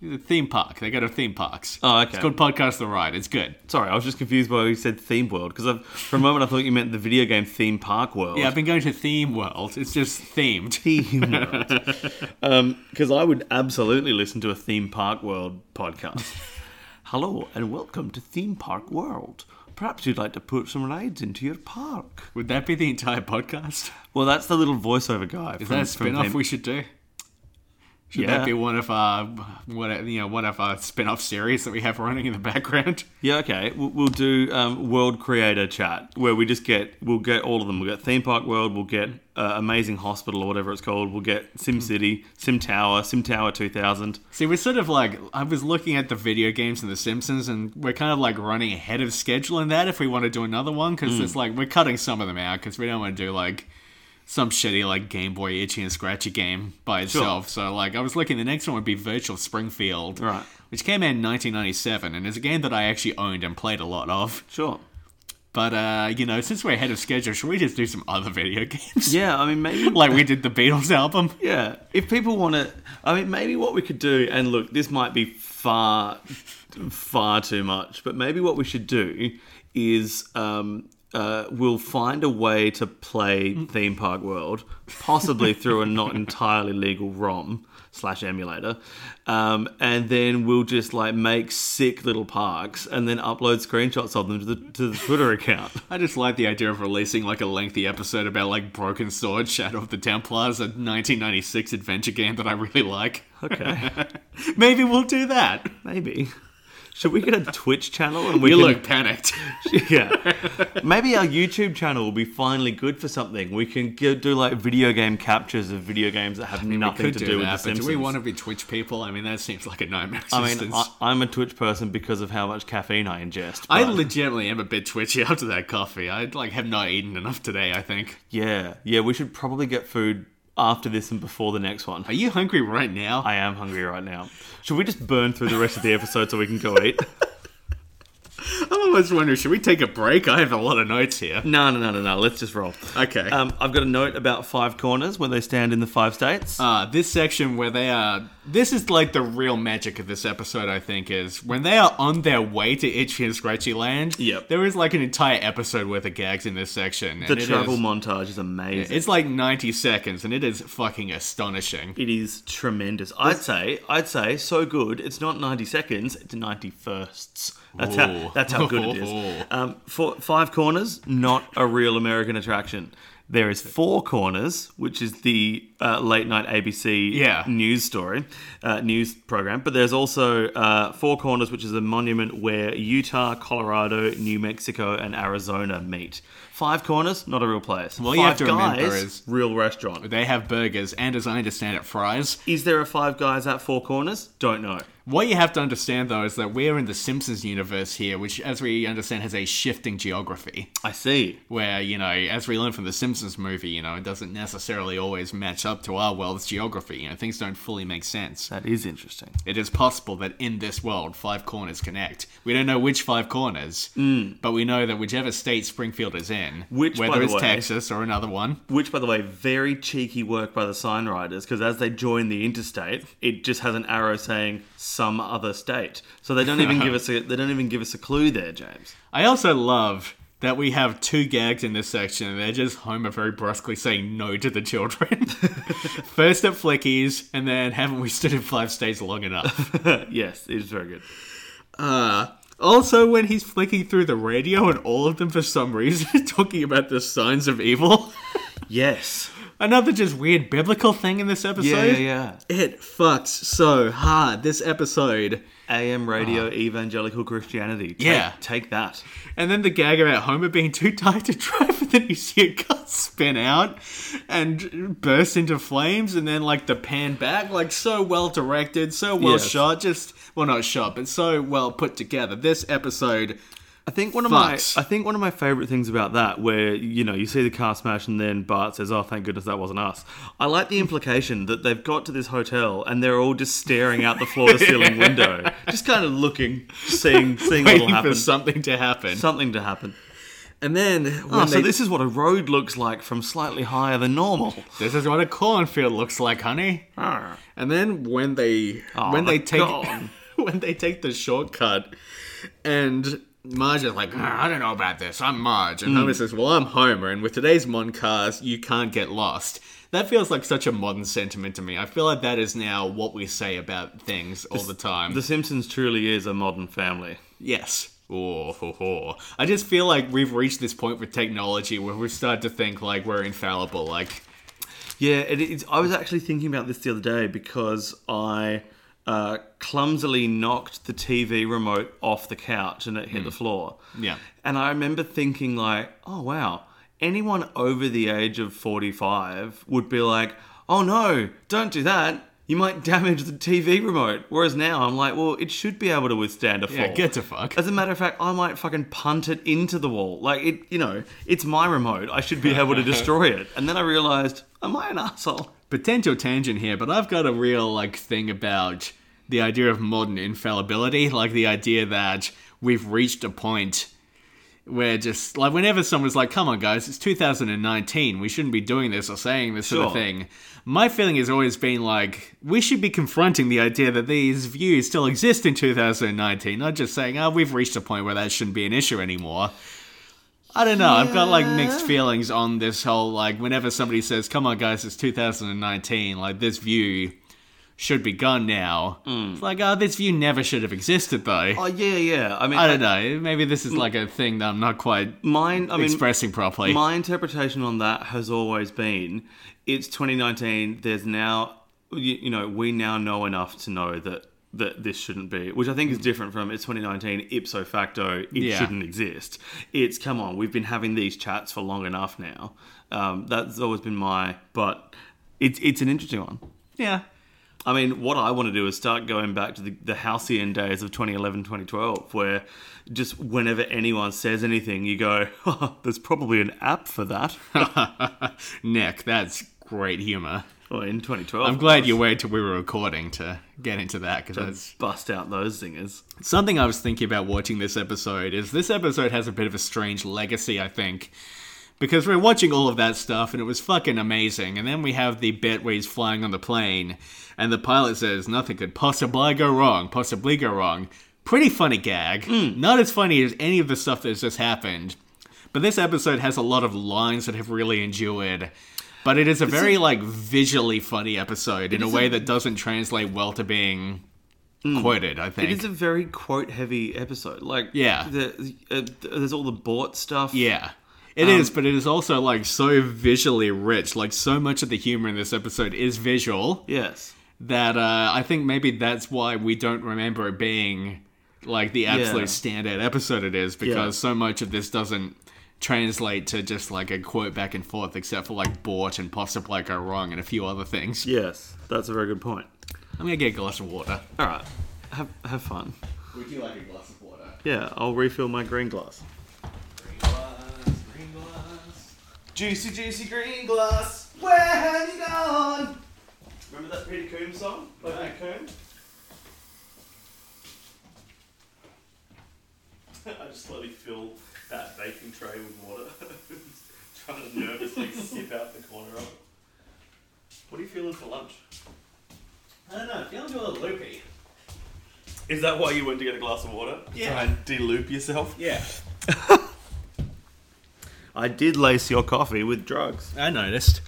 Speaker 4: The theme park. They go to theme parks.
Speaker 3: Oh, okay.
Speaker 4: It's called Podcast the Ride. It's good.
Speaker 3: Sorry, I was just confused by you said theme world because for a moment I thought you meant the video game theme park world.
Speaker 4: Yeah, I've been going to Theme World. It's just themed.
Speaker 3: theme world. Because Um, I would absolutely listen to a theme park world podcast. Hello and welcome to Theme Park World. Perhaps you'd like to put some rides into your park.
Speaker 4: Would that be the entire podcast?
Speaker 3: Well, that's the little voiceover guy.
Speaker 4: Is that a spin-off we should do? Should
Speaker 3: Yeah.
Speaker 4: that be one of our what you know one of our spin-off series that we have running in the background?
Speaker 3: Yeah, okay. We'll, we'll do um, world creator chat where we just get we'll get all of them. We'll get theme park world. We'll get uh, amazing hospital or whatever it's called. We'll get Sim City, Sim Tower, Sim Tower two thousand.
Speaker 4: See, we're sort of like I was looking at the video games and The Simpsons, and we're kind of like running ahead of schedule in that if we want to do another one because
Speaker 3: Hmm.
Speaker 4: it's like we're cutting some of them out because we don't want to do like some shitty like Game Boy Itchy and Scratchy game by itself. So like I was looking, the next one would be Virtual Springfield,
Speaker 3: Right.
Speaker 4: Which came out in 1997 and is a game that I actually owned and played a lot of.
Speaker 3: Sure.
Speaker 4: But uh, you know, since we're ahead of schedule, should we just do some other video games?
Speaker 3: Yeah, I mean maybe
Speaker 4: like we did the Beatles album.
Speaker 3: Yeah, if people want to, I mean, maybe what we could do, and look, this might be far, far too much, but maybe what we should do is um, uh, we'll find a way to play Theme Park World, possibly through a not entirely legal ROM slash emulator, um, and then we'll just like make sick little parks and then upload screenshots of them to the to the Twitter account.
Speaker 4: I just like the idea of releasing like a lengthy episode about like Broken Sword, Shadow of the Templars, a 1996 adventure game that I really like.
Speaker 3: Okay,
Speaker 4: Maybe we'll do that.
Speaker 3: maybe. Should we get a Twitch channel and we
Speaker 4: You
Speaker 3: can
Speaker 4: look panicked.
Speaker 3: yeah. Maybe our YouTube channel will be finally good for something. We can go, do like video game captures of video games that have nothing
Speaker 4: Could
Speaker 3: to
Speaker 4: do,
Speaker 3: do, with
Speaker 4: that,
Speaker 3: the
Speaker 4: but do
Speaker 3: Simpsons.
Speaker 4: we want to be Twitch people? I mean, that seems like a nightmare.
Speaker 3: I mean,
Speaker 4: existence.
Speaker 3: I, I'm a Twitch person because of how much caffeine I ingest.
Speaker 4: I
Speaker 3: but-
Speaker 4: legitimately am a bit twitchy after that coffee. I like have not eaten enough today. I think.
Speaker 3: yeah, yeah. We should probably get food after this and before the next one.
Speaker 4: Are you hungry right now?
Speaker 3: I am hungry right now. Should we just burn through the rest of the episode so we can go eat?
Speaker 4: I'm almost wondering, should we take a break? I have a lot of notes here.
Speaker 3: No, no, no, no, no. Let's just roll.
Speaker 4: Okay.
Speaker 3: Um, I've got a note about five corners where they stand in the five states.
Speaker 4: Uh, this section where they are. This is like the real magic of this episode, I think, is when they are on their way to Itchy and Scratchy Land.
Speaker 3: Yep.
Speaker 4: There is like an entire episode worth of gags in this section.
Speaker 3: the
Speaker 4: and it
Speaker 3: travel
Speaker 4: is-
Speaker 3: montage is amazing.
Speaker 4: It's like 90 seconds, and it is fucking astonishing.
Speaker 3: It is tremendous. I'd say, I'd say, so good. It's not ninety seconds; it's ninety firsts. That's
Speaker 4: Ooh.
Speaker 3: how that's how good it is. Um, four, five corners, not a real American attraction. There is four corners, which is the uh, late night ABC
Speaker 4: Yeah.
Speaker 3: news story, uh, news program. But there's also uh, four corners, which is a monument where Utah, Colorado, New Mexico, and Arizona meet. Five corners, not a real place.
Speaker 4: Well,
Speaker 3: Five
Speaker 4: you have to
Speaker 3: guys,
Speaker 4: remember is-
Speaker 3: real restaurant.
Speaker 4: They have burgers, and as I understand it, fries.
Speaker 3: Is there a Five Guys at Four Corners? Don't know.
Speaker 4: What you have to understand, though, is that we're in the Simpsons universe here, which, as we understand, has a shifting geography.
Speaker 3: I see.
Speaker 4: where you know as we learn from the simpsons movie you know it doesn't necessarily always match up to our world's geography you know things don't fully make sense
Speaker 3: That is interesting.
Speaker 4: it is possible that in this world five corners connect we don't know which five corners but we know that whichever state springfield is in
Speaker 3: Mm. Which, by
Speaker 4: whether
Speaker 3: the
Speaker 4: it's
Speaker 3: way-
Speaker 4: texas or another one
Speaker 3: Which, by the way, very cheeky work by the sign riders because as they join the interstate, it just has an arrow saying "some other state," so they don't even give us a they don't even give us a clue there, James.
Speaker 4: i also love that we have two gags in this section and they're just homer very brusquely saying no to the children first at flickies and then haven't we stood in five states long enough
Speaker 3: yes, it is very good.
Speaker 4: Uh, also, when he's flicking through the radio and all of them for some reason are talking about the signs of evil.
Speaker 3: Yes.
Speaker 4: Another just weird biblical thing in this episode.
Speaker 3: Yeah, yeah,
Speaker 4: It fucks so hard this episode.
Speaker 3: yeah. AM radio, evangelical Christianity. Take,
Speaker 4: Yeah.
Speaker 3: take that.
Speaker 4: And then the gag about Homer being too tired to drive, and then you see a car spin out and burst into flames, and then like the pan back, like so well directed, so well
Speaker 3: Yes.
Speaker 4: shot, just well not shot, but so well put together. This episode
Speaker 3: I think one of
Speaker 4: Fucks.
Speaker 3: my I think one of my favorite things about that, where you know you see the car smash and then Bart says, "Oh, thank goodness that wasn't us." I like the implication that they've got to this hotel and they're all just staring out the floor to ceiling window, just kind of looking, seeing seeing what will
Speaker 4: waiting
Speaker 3: happen,
Speaker 4: for something to happen.
Speaker 3: something to happen.
Speaker 7: And then when
Speaker 3: Oh, so
Speaker 7: they-
Speaker 3: this is what a road looks like from slightly higher than normal.
Speaker 4: This is what a cornfield looks like, honey.
Speaker 3: Arr.
Speaker 4: And then when they
Speaker 3: Ah. Oh,
Speaker 4: when they
Speaker 3: my
Speaker 4: take
Speaker 3: God.
Speaker 4: when they take the shortcut, and Marge is like, "Ah, I don't know about this. I'm Marge,
Speaker 3: Hmm.
Speaker 4: and Homer says, Well, I'm Homer, and with today's modern cars, you can't get lost. That feels like such a modern sentiment to me. I feel like that is now what we say about things all the time.
Speaker 3: The Simpsons truly is a modern family.
Speaker 4: Yes. Oh, ho, ho. I just feel like we've reached this point with technology where we've started to think like we're infallible. Like,
Speaker 3: Yeah, it, it's, I was actually thinking about this the other day because I uh, clumsily knocked the TV remote off the couch and it hit the floor.
Speaker 4: Yeah.
Speaker 3: And I remember thinking, like, oh, wow, anyone over the age of 45 would be like, oh, no, don't do that. You might damage the TV remote. Whereas now I'm like, well, it should be able to withstand a fall.
Speaker 4: yeah, get to fuck.
Speaker 3: As a matter of fact, I might fucking punt it into the wall. Like it, you know, it's my remote. I should be able to destroy it. And then I realized, am I an asshole?
Speaker 4: potential tangent here, but I've got a real like thing about the idea of modern infallibility, like the idea that we've reached a point where just like whenever someone's like, "Come on, guys, it's 2019, we shouldn't be doing this or saying this sort of
Speaker 3: Sure.
Speaker 4: thing," my feeling has always been like we should be confronting the idea that these views still exist in 2019, not just saying, "Oh, we've reached a point where that shouldn't be an issue anymore." I don't know. I've got like mixed feelings on this whole like whenever somebody says, "Come on, guys, it's 2019," like this view should be gone now. It's like, oh, this view never should have existed though.
Speaker 3: Oh yeah, yeah. Mm. I mean,
Speaker 4: I don't know. Maybe this is like a thing that I'm not quite
Speaker 3: Mine. I mean,
Speaker 4: expressing properly.
Speaker 3: my interpretation on that has always been, it's 2019. There's now, you, you know, we now know enough to know that that this shouldn't be, which I think is different from it's 2019 ipso facto. It
Speaker 4: Yeah.
Speaker 3: shouldn't exist. It's come on. We've been having these chats for long enough now. Um, that's always been my, but it's it's an interesting one.
Speaker 4: yeah.
Speaker 3: I mean, what I want to do is start going back to the, the halcyon days of 2011, 2012, where just whenever anyone says anything, you go, "Oh, there's probably an app for that.
Speaker 4: Nick, that's great humor.
Speaker 3: Well, in 2012.
Speaker 4: I'm glad you waited till we were recording to get into that because that's
Speaker 3: Bust out those zingers.
Speaker 4: Something I was thinking about watching this episode is this episode has a bit of a strange legacy, I think. Because we're watching all of that stuff and it was fucking amazing. And then we have the bit where he's flying on the plane and the pilot says, Nothing could possibly go wrong, possibly go wrong. Pretty funny gag.
Speaker 3: Hmm.
Speaker 4: Not as funny as any of the stuff that's just happened. But this episode has a lot of lines that have really endured. But it is a very like visually funny episode in a way that doesn't translate well to being quoted, I think.
Speaker 3: Hmm. It is a very quote heavy episode. Like,
Speaker 4: Yeah.
Speaker 3: the, uh, there's all the bought stuff.
Speaker 4: Yeah. it is, but it is also like so visually rich. Like so much of the humor in this episode is visual
Speaker 3: Yes.
Speaker 4: that uh, I think maybe that's why we don't remember it being like the absolute standout episode it is because so much of this doesn't translate to just like a quote back and forth except for like bought and possibly go wrong and a few other things.
Speaker 3: Yes. That's a very good point.
Speaker 4: I'm gonna get a glass of water.
Speaker 3: All right. Have, have fun.
Speaker 4: Would you like a glass of water?
Speaker 3: Yeah, I'll refill my green glass.
Speaker 4: Green glass, green glass.
Speaker 3: Juicy, juicy green glass, where have you gone? Remember that Peter Coombe song by Peter Coombe? I just slowly fill that baking tray with water, trying to nervously sip out the corner of it. What are you feeling for lunch?
Speaker 4: I don't know, feeling a little loopy.
Speaker 3: Is that why you went to get a glass of water?
Speaker 4: Yeah.
Speaker 3: Try and deloop yourself?
Speaker 4: Yeah.
Speaker 3: I did lace your coffee with drugs.
Speaker 4: I noticed.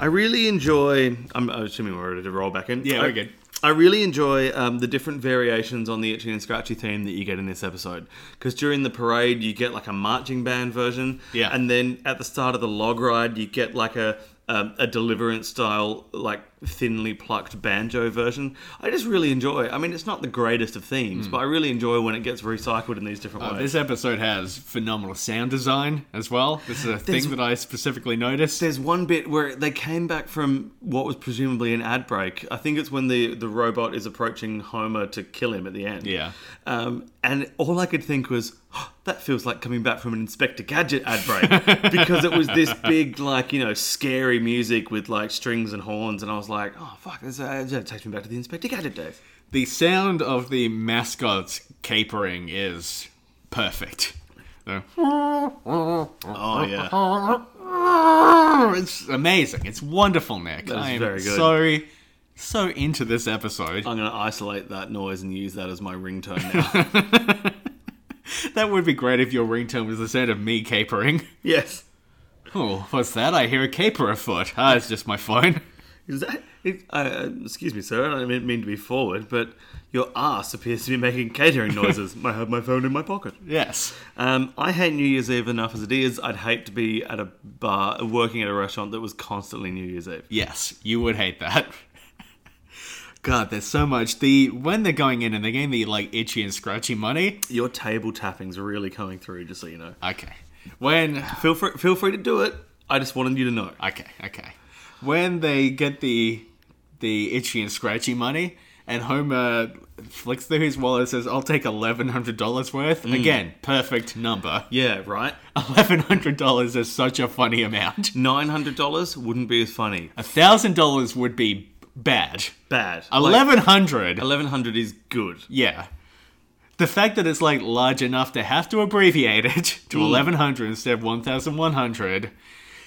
Speaker 3: I really enjoy. I'm assuming we're ready to roll back in.
Speaker 4: Yeah,
Speaker 3: I,
Speaker 4: we're good.
Speaker 3: I really enjoy um, the different variations on the itchy and scratchy theme that you get in this episode. Because during the parade, you get like a marching band version.
Speaker 4: Yeah.
Speaker 3: And then at the start of the log ride, you get like a um, a deliverance style, like thinly plucked banjo version. I just really enjoy. I mean, it's not the greatest of
Speaker 4: Hmm.
Speaker 3: themes, but I really enjoy when it gets recycled in these different
Speaker 4: Uh,
Speaker 3: ways.
Speaker 4: this episode has phenomenal sound design as well. This is a thing that I specifically noticed.
Speaker 3: There's one bit where they came back from what was presumably an ad break. I think it's when the, the robot is approaching Homer to kill him at the end.
Speaker 4: Yeah.
Speaker 3: Um, and all I could think was, "Oh, that feels like coming back from an Inspector Gadget ad break because it was this big, like, you know, scary music with like strings and horns. And I was like, oh, fuck, this uh, that takes me back to the Inspector Gadget days.
Speaker 4: The sound of the mascots capering is perfect. The-
Speaker 3: Oh yeah.
Speaker 4: It's amazing. It's wonderful, Nick.
Speaker 3: That is
Speaker 4: I am
Speaker 3: very good.
Speaker 4: so so into this episode.
Speaker 3: I'm gonna isolate that noise and use that as my ringtone now.
Speaker 4: That would be great if your ringtone was the sound of me capering.
Speaker 3: yes.
Speaker 4: Oh, what's that? I hear a caper afoot. Ah, it's just my phone.
Speaker 3: Is that? It, uh, excuse me, sir. I didn't mean to be forward, but your ass appears to be making catering noises. I have my phone in my pocket.
Speaker 4: Yes.
Speaker 3: Um, I hate New Year's Eve enough as it is. I'd hate to be at a bar, working at a restaurant that was constantly New Year's Eve.
Speaker 4: Yes, you would hate that. God, there's so much. The when they're going in and they're getting the like itchy and scratchy money.
Speaker 3: Your table tapping's really coming through, just so you know.
Speaker 4: Okay. When
Speaker 3: Feel free, feel free to do it. I just wanted you to know.
Speaker 4: okay, okay. When they get the the itchy and scratchy money and Homer flicks through his wallet and says, I'll take eleven hundred dollars worth. Again, perfect number.
Speaker 3: Yeah, right?
Speaker 4: Eleven hundred dollars is such a funny amount.
Speaker 3: $900 wouldn't be as funny.
Speaker 4: A thousand dollars would be bad.
Speaker 3: Bad. Like,
Speaker 4: Eleven hundred
Speaker 3: 1100 is good.
Speaker 4: Yeah. The fact that it's like large enough to have to abbreviate it
Speaker 3: Hmm.
Speaker 4: to 1100 instead of 1100,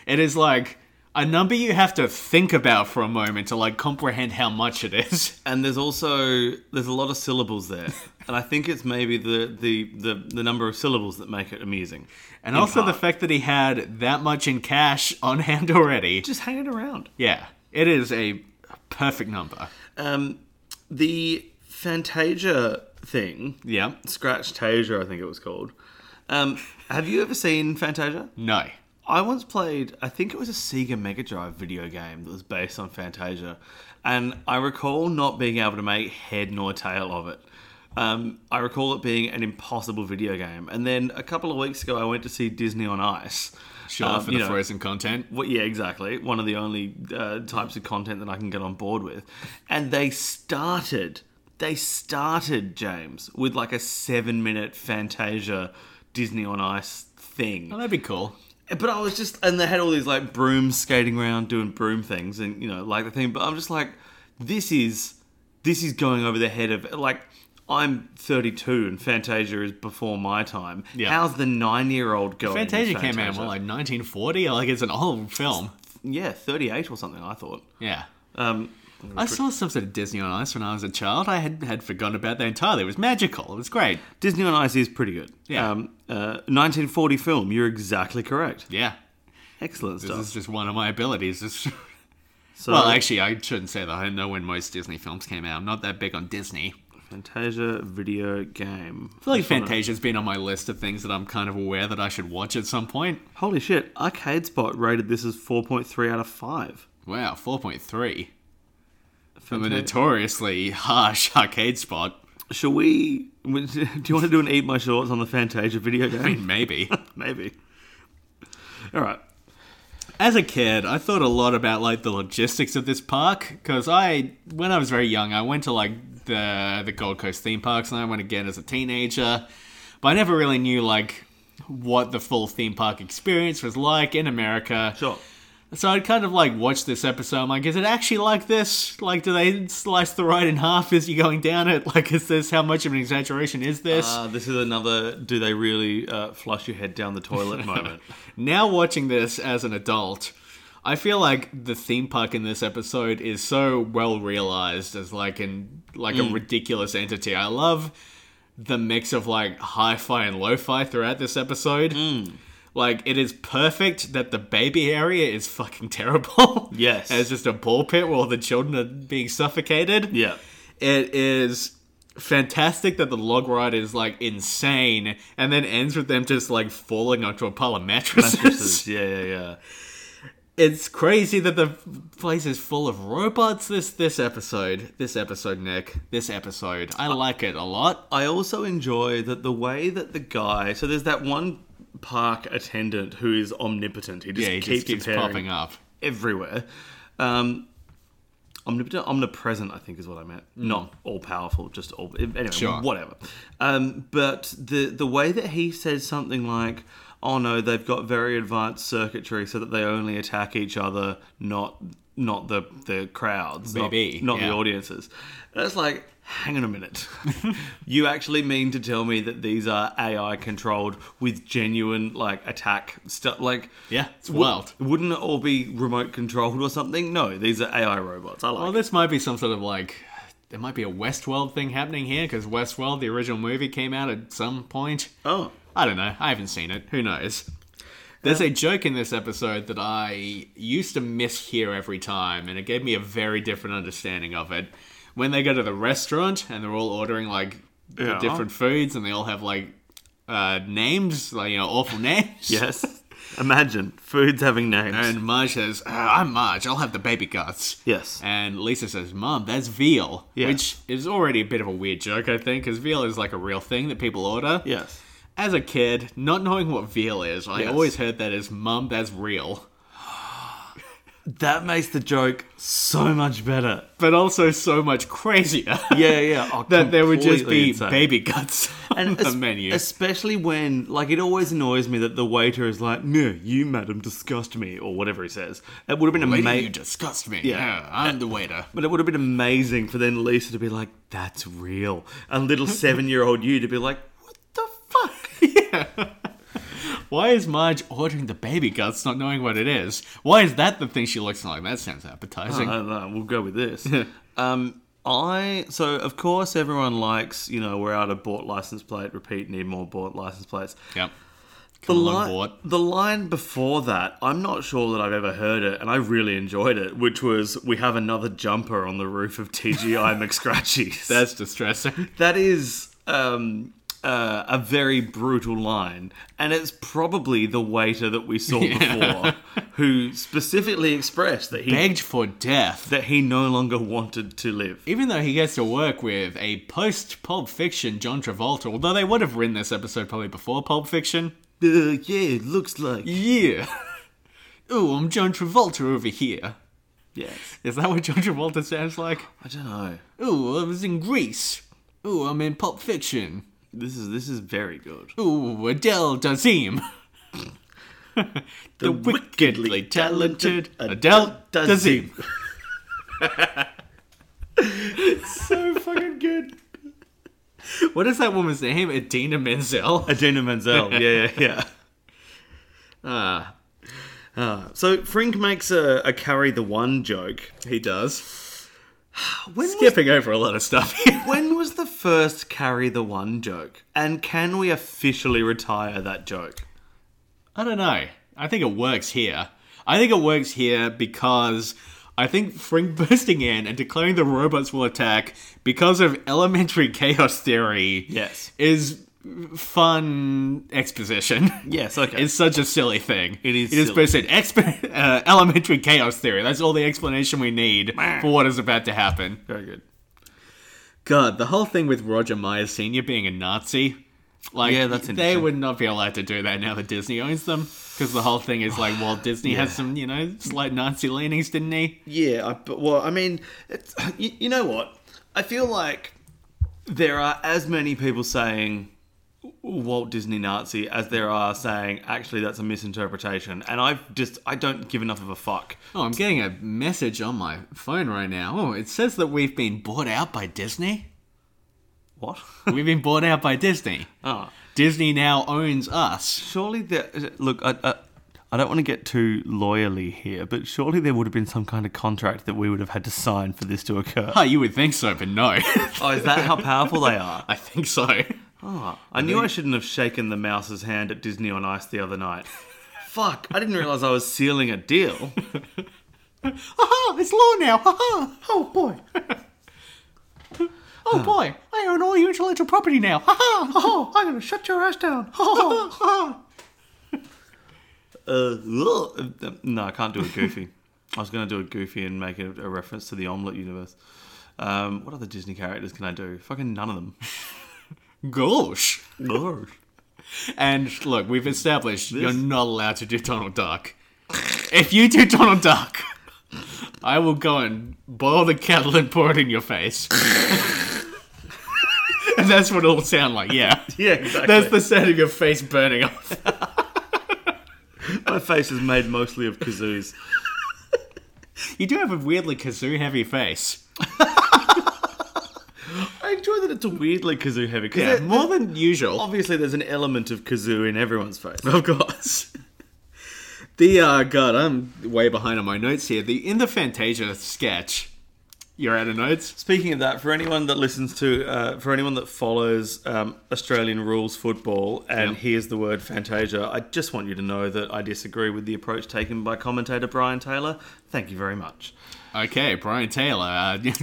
Speaker 4: it is like a number you have to think about for a moment to like comprehend how much it is.
Speaker 3: And there's also, there's a lot of syllables there. and I think it's maybe the, the, the, the number of syllables that make it amusing.
Speaker 4: And also the
Speaker 3: part.
Speaker 4: fact that he had that much in cash on hand already.
Speaker 3: Just hang it around.
Speaker 4: Yeah, it is a perfect number.
Speaker 3: Um, the Fantasia thing,
Speaker 4: Yeah.
Speaker 3: Scratch Tasia, I think it was called. Um, have you ever seen Fantasia?
Speaker 4: No.
Speaker 3: I once played, I think it was a Sega Mega Drive video game that was based on Fantasia, and I recall not being able to make head nor tail of it. Um, I recall it being an impossible video game. And then a couple of weeks ago, I went to see Disney on Ice.
Speaker 4: Sure,
Speaker 3: Um,
Speaker 4: for
Speaker 3: you
Speaker 4: the
Speaker 3: know,
Speaker 4: frozen content.
Speaker 3: well, yeah, exactly. One of the only uh, types of content that I can get on board with. And they started, they started, James, with like a seven minute Fantasia Disney on Ice thing.
Speaker 4: Oh, that'd be cool.
Speaker 3: But I was just, and they had all these like brooms skating around doing broom things, and you know, like the thing. But I'm just like, this is, this is going over the head of like, I'm 32 and Fantasia is before my time.
Speaker 4: Yeah.
Speaker 3: How's the nine year old going? with
Speaker 4: Fantasia came out in what, like 1940? Like, it's an old film.
Speaker 3: yeah, 38 or something. I thought.
Speaker 4: Yeah.
Speaker 3: Um,
Speaker 4: I saw something at Disney on Ice when I was a child. I had, had forgotten about that entirely. It was magical. It was great.
Speaker 3: Disney on Ice is pretty good.
Speaker 4: Yeah.
Speaker 3: Um, uh, 1940 film. You're exactly correct.
Speaker 4: Yeah.
Speaker 3: Excellent
Speaker 4: This
Speaker 3: stuff.
Speaker 4: is just one of my abilities. This-
Speaker 3: so,
Speaker 4: well, actually, I shouldn't say that. I know when most Disney films came out. I'm not that big on Disney.
Speaker 3: Fantasia video game.
Speaker 4: I feel like Fantasia's been on my list of things that I'm kind of aware that I should watch at some point.
Speaker 3: Holy shit! Arcade Spot rated this as 4.3 out of five.
Speaker 4: Wow, 4.3. From a
Speaker 3: Fanta-
Speaker 4: notoriously harsh arcade spot.
Speaker 3: Shall we? Do you want to do an eat my shorts on the Fantasia video
Speaker 4: I
Speaker 3: game?
Speaker 4: mean, maybe.
Speaker 3: Maybe. All right.
Speaker 4: As a kid, I thought a lot about like the logistics of this park because I, when I was very young, I went to like the the Gold Coast theme parks and I went again as a teenager, but I never really knew like what the full theme park experience was like in America.
Speaker 3: Sure.
Speaker 4: So I'd kind of like watch this episode. I'm like, is it actually like this? Like, do they slice the ride in half as you're going down it? Like, is this how much of an exaggeration is this?
Speaker 3: Uh, this is another. Do they really uh, flush your head down the toilet moment?
Speaker 4: Now watching this as an adult, I feel like the theme park in this episode is so well realized as like in like
Speaker 3: Mm.
Speaker 4: a ridiculous entity. I love the mix of like hi-fi and lo-fi throughout this episode.
Speaker 3: Mm.
Speaker 4: Like it is perfect that the baby area is fucking terrible.
Speaker 3: Yes.
Speaker 4: it's just a ball pit where all the children are being suffocated.
Speaker 3: yeah.
Speaker 4: It is fantastic that the log ride is like insane and then ends with them just like falling onto a pile of mattresses.
Speaker 3: Yeah, yeah, yeah.
Speaker 4: it's crazy that the place is full of robots this this episode. This episode, Nick. This episode. I like it a lot.
Speaker 3: I also enjoy that the way that the guy. So there's that one park attendant who is omnipotent. He just
Speaker 4: Yeah, he
Speaker 3: keeps,
Speaker 4: just keeps
Speaker 3: appearing
Speaker 4: popping up.
Speaker 3: everywhere. Um, omnipotent, omnipresent, I think is what I meant. Not all powerful, just all. Anyway,
Speaker 4: Mm. Sure.
Speaker 3: whatever. Um, but the the way that he says something like, "Oh no, they've got very advanced circuitry so that they only attack each other, not not the the crowds, not-
Speaker 4: BB,
Speaker 3: not,
Speaker 4: yeah.
Speaker 3: the audiences. And it's like, hang on a minute, you actually mean to tell me that these are AI controlled with genuine like attack stuff? Like,
Speaker 4: Yeah, it's
Speaker 3: wou-
Speaker 4: wild.
Speaker 3: Wouldn't it all be remote controlled or something? No, these are AI robots. I like.
Speaker 4: Well, this might be some sort of like. There might be a Westworld thing happening here because Westworld, the original movie, came out at some point.
Speaker 3: it. Oh,
Speaker 4: I don't know. I haven't seen it. Who knows? There's a joke in this episode that I used to mishear every time, and it gave me a very different understanding of it. When they go to the restaurant and they're all ordering like the
Speaker 3: Yeah.
Speaker 4: different foods, and they all have like uh, names, like you know, awful names.
Speaker 3: yes. Imagine foods having names.
Speaker 4: And Marge says, uh, "I'm Marge. I'll have the baby guts."
Speaker 3: yes.
Speaker 4: And Lisa says, "Mom, that's veal,"
Speaker 3: Yeah.
Speaker 4: which is already a bit of a weird joke, I think, because veal is like a real thing that people order.
Speaker 3: yes.
Speaker 4: As a kid, not knowing what veal is, I
Speaker 3: Yes.
Speaker 4: always heard that as "Mum, that's real,"
Speaker 3: That makes the joke so much better.
Speaker 4: but also so much crazier
Speaker 3: Yeah, yeah. Oh,
Speaker 4: that there would just
Speaker 3: completely
Speaker 4: be
Speaker 3: insane.
Speaker 4: baby guts on the
Speaker 3: es-
Speaker 4: menu.
Speaker 3: Especially when, like, it always annoys me that the waiter is like, "No, you, madam, disgust me," or whatever he says. It would have been
Speaker 4: Lady, you
Speaker 3: amazing,
Speaker 4: disgust me.
Speaker 3: Yeah.
Speaker 4: Yeah, I'm the waiter.
Speaker 3: but it would have been amazing for then Lisa to be like, "That's real," and little seven-year-old you to be like, "What the fuck?"
Speaker 4: Why is Marge ordering the baby guts, not knowing what it is? Why is that the thing she looks like? That sounds appetizing.
Speaker 3: I don't know, we'll go with this. um, I so of course everyone likes you know we're out of bought license plate repeat need more bought license plates.
Speaker 4: yep.
Speaker 3: The,
Speaker 4: Come on
Speaker 3: li-
Speaker 4: board.
Speaker 3: the line before that, I'm not sure that I've ever heard it, and I really enjoyed it, which was "We have another jumper on the roof of TGI McScratchies."
Speaker 4: That's distressing.
Speaker 3: that is um, uh, a very brutal line, and it's probably the waiter that we saw before who specifically expressed that he
Speaker 4: Begged for death.
Speaker 3: that he no longer wanted to live.
Speaker 4: Even though he gets to work with a post Pulp Fiction John Travolta, although they would have written this episode probably before Pulp Fiction.
Speaker 3: Uh, yeah, it looks like
Speaker 4: Yeah. Ooh, I'm John Travolta over here.
Speaker 3: yes.
Speaker 4: Is that what John Travolta sounds like?
Speaker 3: I don't know.
Speaker 4: Ooh, I was in Greece. Ooh, I'm in Pulp Fiction.
Speaker 3: This is this is very good.
Speaker 4: Ooh, Adele Dazeem. the wickedly talented Adele Dazeem. so fucking good. What is that woman's name? Adina Menzel.
Speaker 3: Adina Menzel. Yeah, yeah, yeah.
Speaker 4: Ah,
Speaker 3: Ah. So Frink makes a, a carry the one joke.
Speaker 4: he does.
Speaker 3: When was,
Speaker 4: Skipping over a lot of stuff here.
Speaker 3: when was the first carry the one joke? And can we officially retire that joke?
Speaker 4: I don't know. I think it works here. I think it works here because I think Frink bursting in and declaring the robots will attack because of elementary chaos theory
Speaker 3: Yes.
Speaker 4: is fun exposition.
Speaker 3: Yes, okay.
Speaker 4: It's such a silly thing.
Speaker 3: It is
Speaker 4: It is
Speaker 3: silly.
Speaker 4: based on exp- uh, elementary chaos theory. That's all the explanation we need for what is about to happen.
Speaker 3: Very good.
Speaker 4: God, the whole thing with Roger Myers Sr. being a Nazi. Like,
Speaker 3: Yeah, that's
Speaker 4: they
Speaker 3: interesting.
Speaker 4: would not be allowed to do that now that Disney owns them. Because the whole thing is like Walt Disney has some, you know, slight Nazi leanings, didn't he?
Speaker 3: Yeah, I, but, well, I mean, it's, you, you know what? I feel like there are as many people saying Walt Disney Nazi as there are saying actually that's a misinterpretation. And I've just I don't give enough of a fuck.
Speaker 4: Oh, I'm getting a message on my phone right now. Oh, it says that we've been bought out by Disney.
Speaker 3: What?
Speaker 4: We've been bought out by Disney.
Speaker 3: Ah.
Speaker 4: Disney now owns us.
Speaker 3: surely there. Look, I, I, I don't want to get too lawyerly here, but surely there would have been some kind of contract that we would have had to sign for this to occur.
Speaker 4: Oh, you would think so, but no.
Speaker 3: Oh, is that how powerful they are?
Speaker 4: I think so.
Speaker 3: I knew I shouldn't have shaken the mouse's hand at Disney on Ice the other night. Fuck, I didn't realize I was sealing a deal.
Speaker 4: Aha, it's law now. Haha. Oh boy. Oh boy, I own all your intellectual property now. Haha. Oh, I'm gonna shut your ass down.
Speaker 3: Uh, ugh. Uh, no, I can't do a goofy. I was going to do a goofy and make it a reference to the omelette universe. Um, what other Disney characters can I do? Fucking none of them.
Speaker 4: Gosh.
Speaker 3: Gosh.
Speaker 4: And look, we've established you're not allowed to do Donald Duck. If you do Donald Duck, I will go and boil the kettle and pour it in your face. and that's what it'll sound like, yeah.
Speaker 3: Yeah, exactly.
Speaker 4: That's the sound of your face burning off.
Speaker 3: My face is made mostly of kazoos.
Speaker 4: You do have a weirdly kazoo heavy face.
Speaker 3: I enjoy that it's a weirdly kazoo heavy. 'cause
Speaker 4: Yeah,
Speaker 3: there-
Speaker 4: more than usual.
Speaker 3: obviously there's an element of kazoo in everyone's face.
Speaker 4: Of course. Oh, The uh god, I'm way behind on my notes here. The in the Fantasia sketch. You're out of notes?
Speaker 3: Speaking of that, for anyone that listens to, uh, for anyone that follows um, Australian rules football and
Speaker 4: Yep.
Speaker 3: hears the word Fantasia, I just want you to know that I disagree with the approach taken by commentator Brian Taylor. Thank you very much.
Speaker 4: Okay, Brian Taylor. Uh, get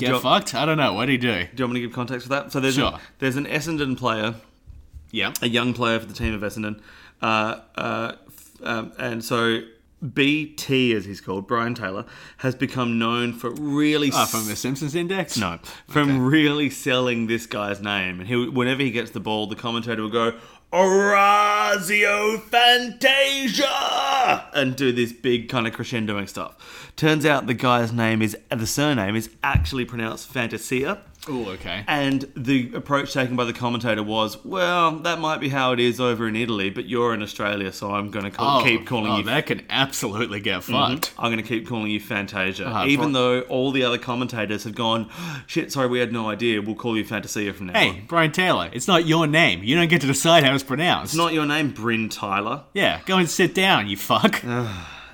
Speaker 3: Job-
Speaker 4: fucked? I don't know. What'd he do?
Speaker 3: Do you want me to give context for that? So there's
Speaker 4: Sure.
Speaker 3: a, there's an Essendon player,
Speaker 4: Yeah.
Speaker 3: a young player for the team of Essendon, uh, uh, f- um, and so. BT, as he's called, Brian Taylor, has become known for really
Speaker 4: Ah, from the Simpsons Index?
Speaker 3: No, from really selling this guy's name. And he, whenever he gets the ball, the commentator will go, Orazio Fantasia! And do this big kind of crescendoing stuff. Turns out the guy's name is, the surname is actually pronounced Fantasia.
Speaker 4: Oh, okay.
Speaker 3: And the approach taken by the commentator was, well, that might be how it is over in Italy, but you're in Australia, so I'm going to call, keep calling
Speaker 4: oh,
Speaker 3: you Mm-hmm.
Speaker 4: that can absolutely get fucked.
Speaker 3: I'm going to keep calling you Fantasia,
Speaker 4: Ah,
Speaker 3: even
Speaker 4: for-
Speaker 3: though all the other commentators have gone, shit, sorry, we had no idea. We'll call you Fantasia from now on.
Speaker 4: Hey, Brian Taylor, it's not your name. You don't get to decide how it's pronounced.
Speaker 3: It's not your name, Bryn Tyler.
Speaker 4: Yeah, go and sit down, you fuck.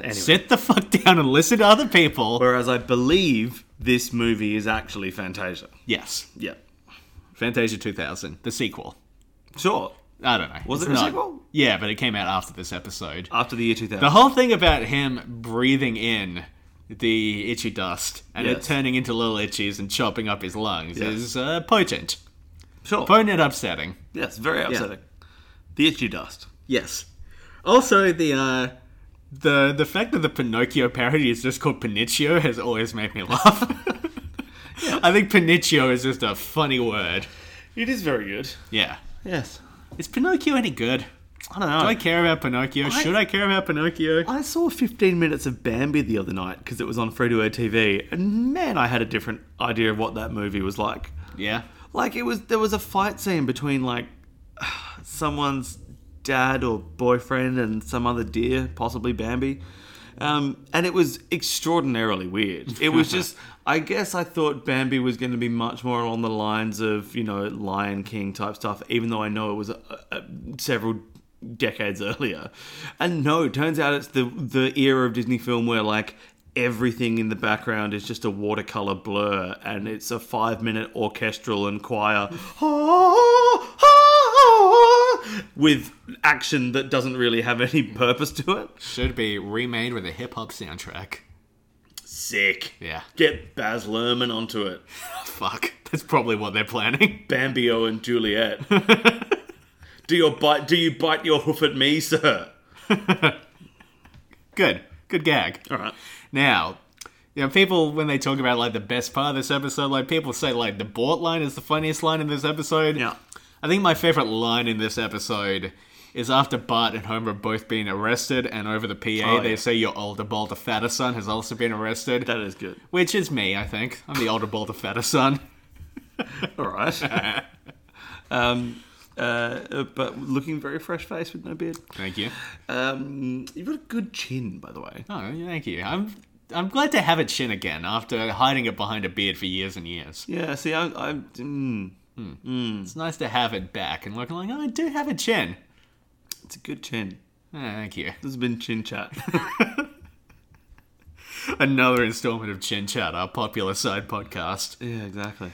Speaker 3: Anyway,
Speaker 4: Sit the fuck down and listen to other people.
Speaker 3: whereas I believe this movie is actually Fantasia.
Speaker 4: yes,
Speaker 3: Yeah,
Speaker 4: Fantasia 2000, the sequel.
Speaker 3: sure.
Speaker 4: I don't know.
Speaker 3: Was
Speaker 4: It's
Speaker 3: it a
Speaker 4: not-
Speaker 3: sequel?
Speaker 4: Yeah, but it came out after this episode.
Speaker 3: After the year 2000.
Speaker 4: The whole thing about him breathing in the itchy dust and it
Speaker 3: Yes.
Speaker 4: turning into little itchies and chopping up his lungs
Speaker 3: Yes.
Speaker 4: is uh, potent.
Speaker 3: sure.
Speaker 4: Potent upsetting.
Speaker 3: yes, very upsetting. The itchy dust.
Speaker 4: Yes. Also, the uh, the the fact that the Pinocchio parody is just called Pinocchio has always made me laugh. I think Pinocchio is just a funny word.
Speaker 3: It is very good.
Speaker 4: Yeah.
Speaker 3: Yes.
Speaker 4: Is Pinocchio any good?
Speaker 3: I don't know.
Speaker 4: Do I care about Pinocchio? Should I care about Pinocchio?
Speaker 3: I saw 15 minutes of Bambi the other night because it was on free to air TV, and man, I had a different idea of what that movie was like.
Speaker 4: Yeah.
Speaker 3: Like it was there was a fight scene between like someone's dad or boyfriend and some other deer, possibly Bambi. Um, and it was extraordinarily weird. It was just I guess I thought Bambi was going to be much more along the lines of, you know, Lion King type stuff, even though I know it was uh uh several decades earlier. And no, it turns out it's the the era of Disney film where like everything in the background is just a watercolor blur and it's a 5 minute orchestral and choir with action that doesn't really have any purpose to it.
Speaker 4: Should be remade with a hip hop soundtrack.
Speaker 3: Sick.
Speaker 4: Yeah.
Speaker 3: Get Baz Luhrmann onto it.
Speaker 4: Fuck. That's probably what they're planning.
Speaker 3: Bambio and Juliet. do your bite do you bite your hoof at me, sir?
Speaker 4: Good. Good gag.
Speaker 3: All right.
Speaker 4: Now, you know, people when they talk about like the best part of this episode, like people say like the Bort line is the funniest line in this episode.
Speaker 3: Yeah.
Speaker 4: I think my favorite line in this episode is after Bart and Homer have both been arrested, and over the PA
Speaker 3: Oh,
Speaker 4: they
Speaker 3: yeah.
Speaker 4: say your older, bolder, fatter son has also been arrested,
Speaker 3: That is good.
Speaker 4: which is me, I think. I'm the older, bolder, fatter son.
Speaker 3: All right. um, uh, but looking very fresh faced with no beard.
Speaker 4: Thank you.
Speaker 3: Um, you've got a good chin, by the way.
Speaker 4: Oh, thank you. I'm I'm glad to have a chin again after hiding it behind a beard for years and years.
Speaker 3: Yeah. See, I'm. I'm mm,
Speaker 4: It's nice to have it back and looking like oh, I do have a chin.
Speaker 3: it's a good chin.
Speaker 4: Oh, thank you.
Speaker 3: This has been chin chat.
Speaker 4: Another installment of Chin Chat, our popular side podcast.
Speaker 3: yeah, exactly.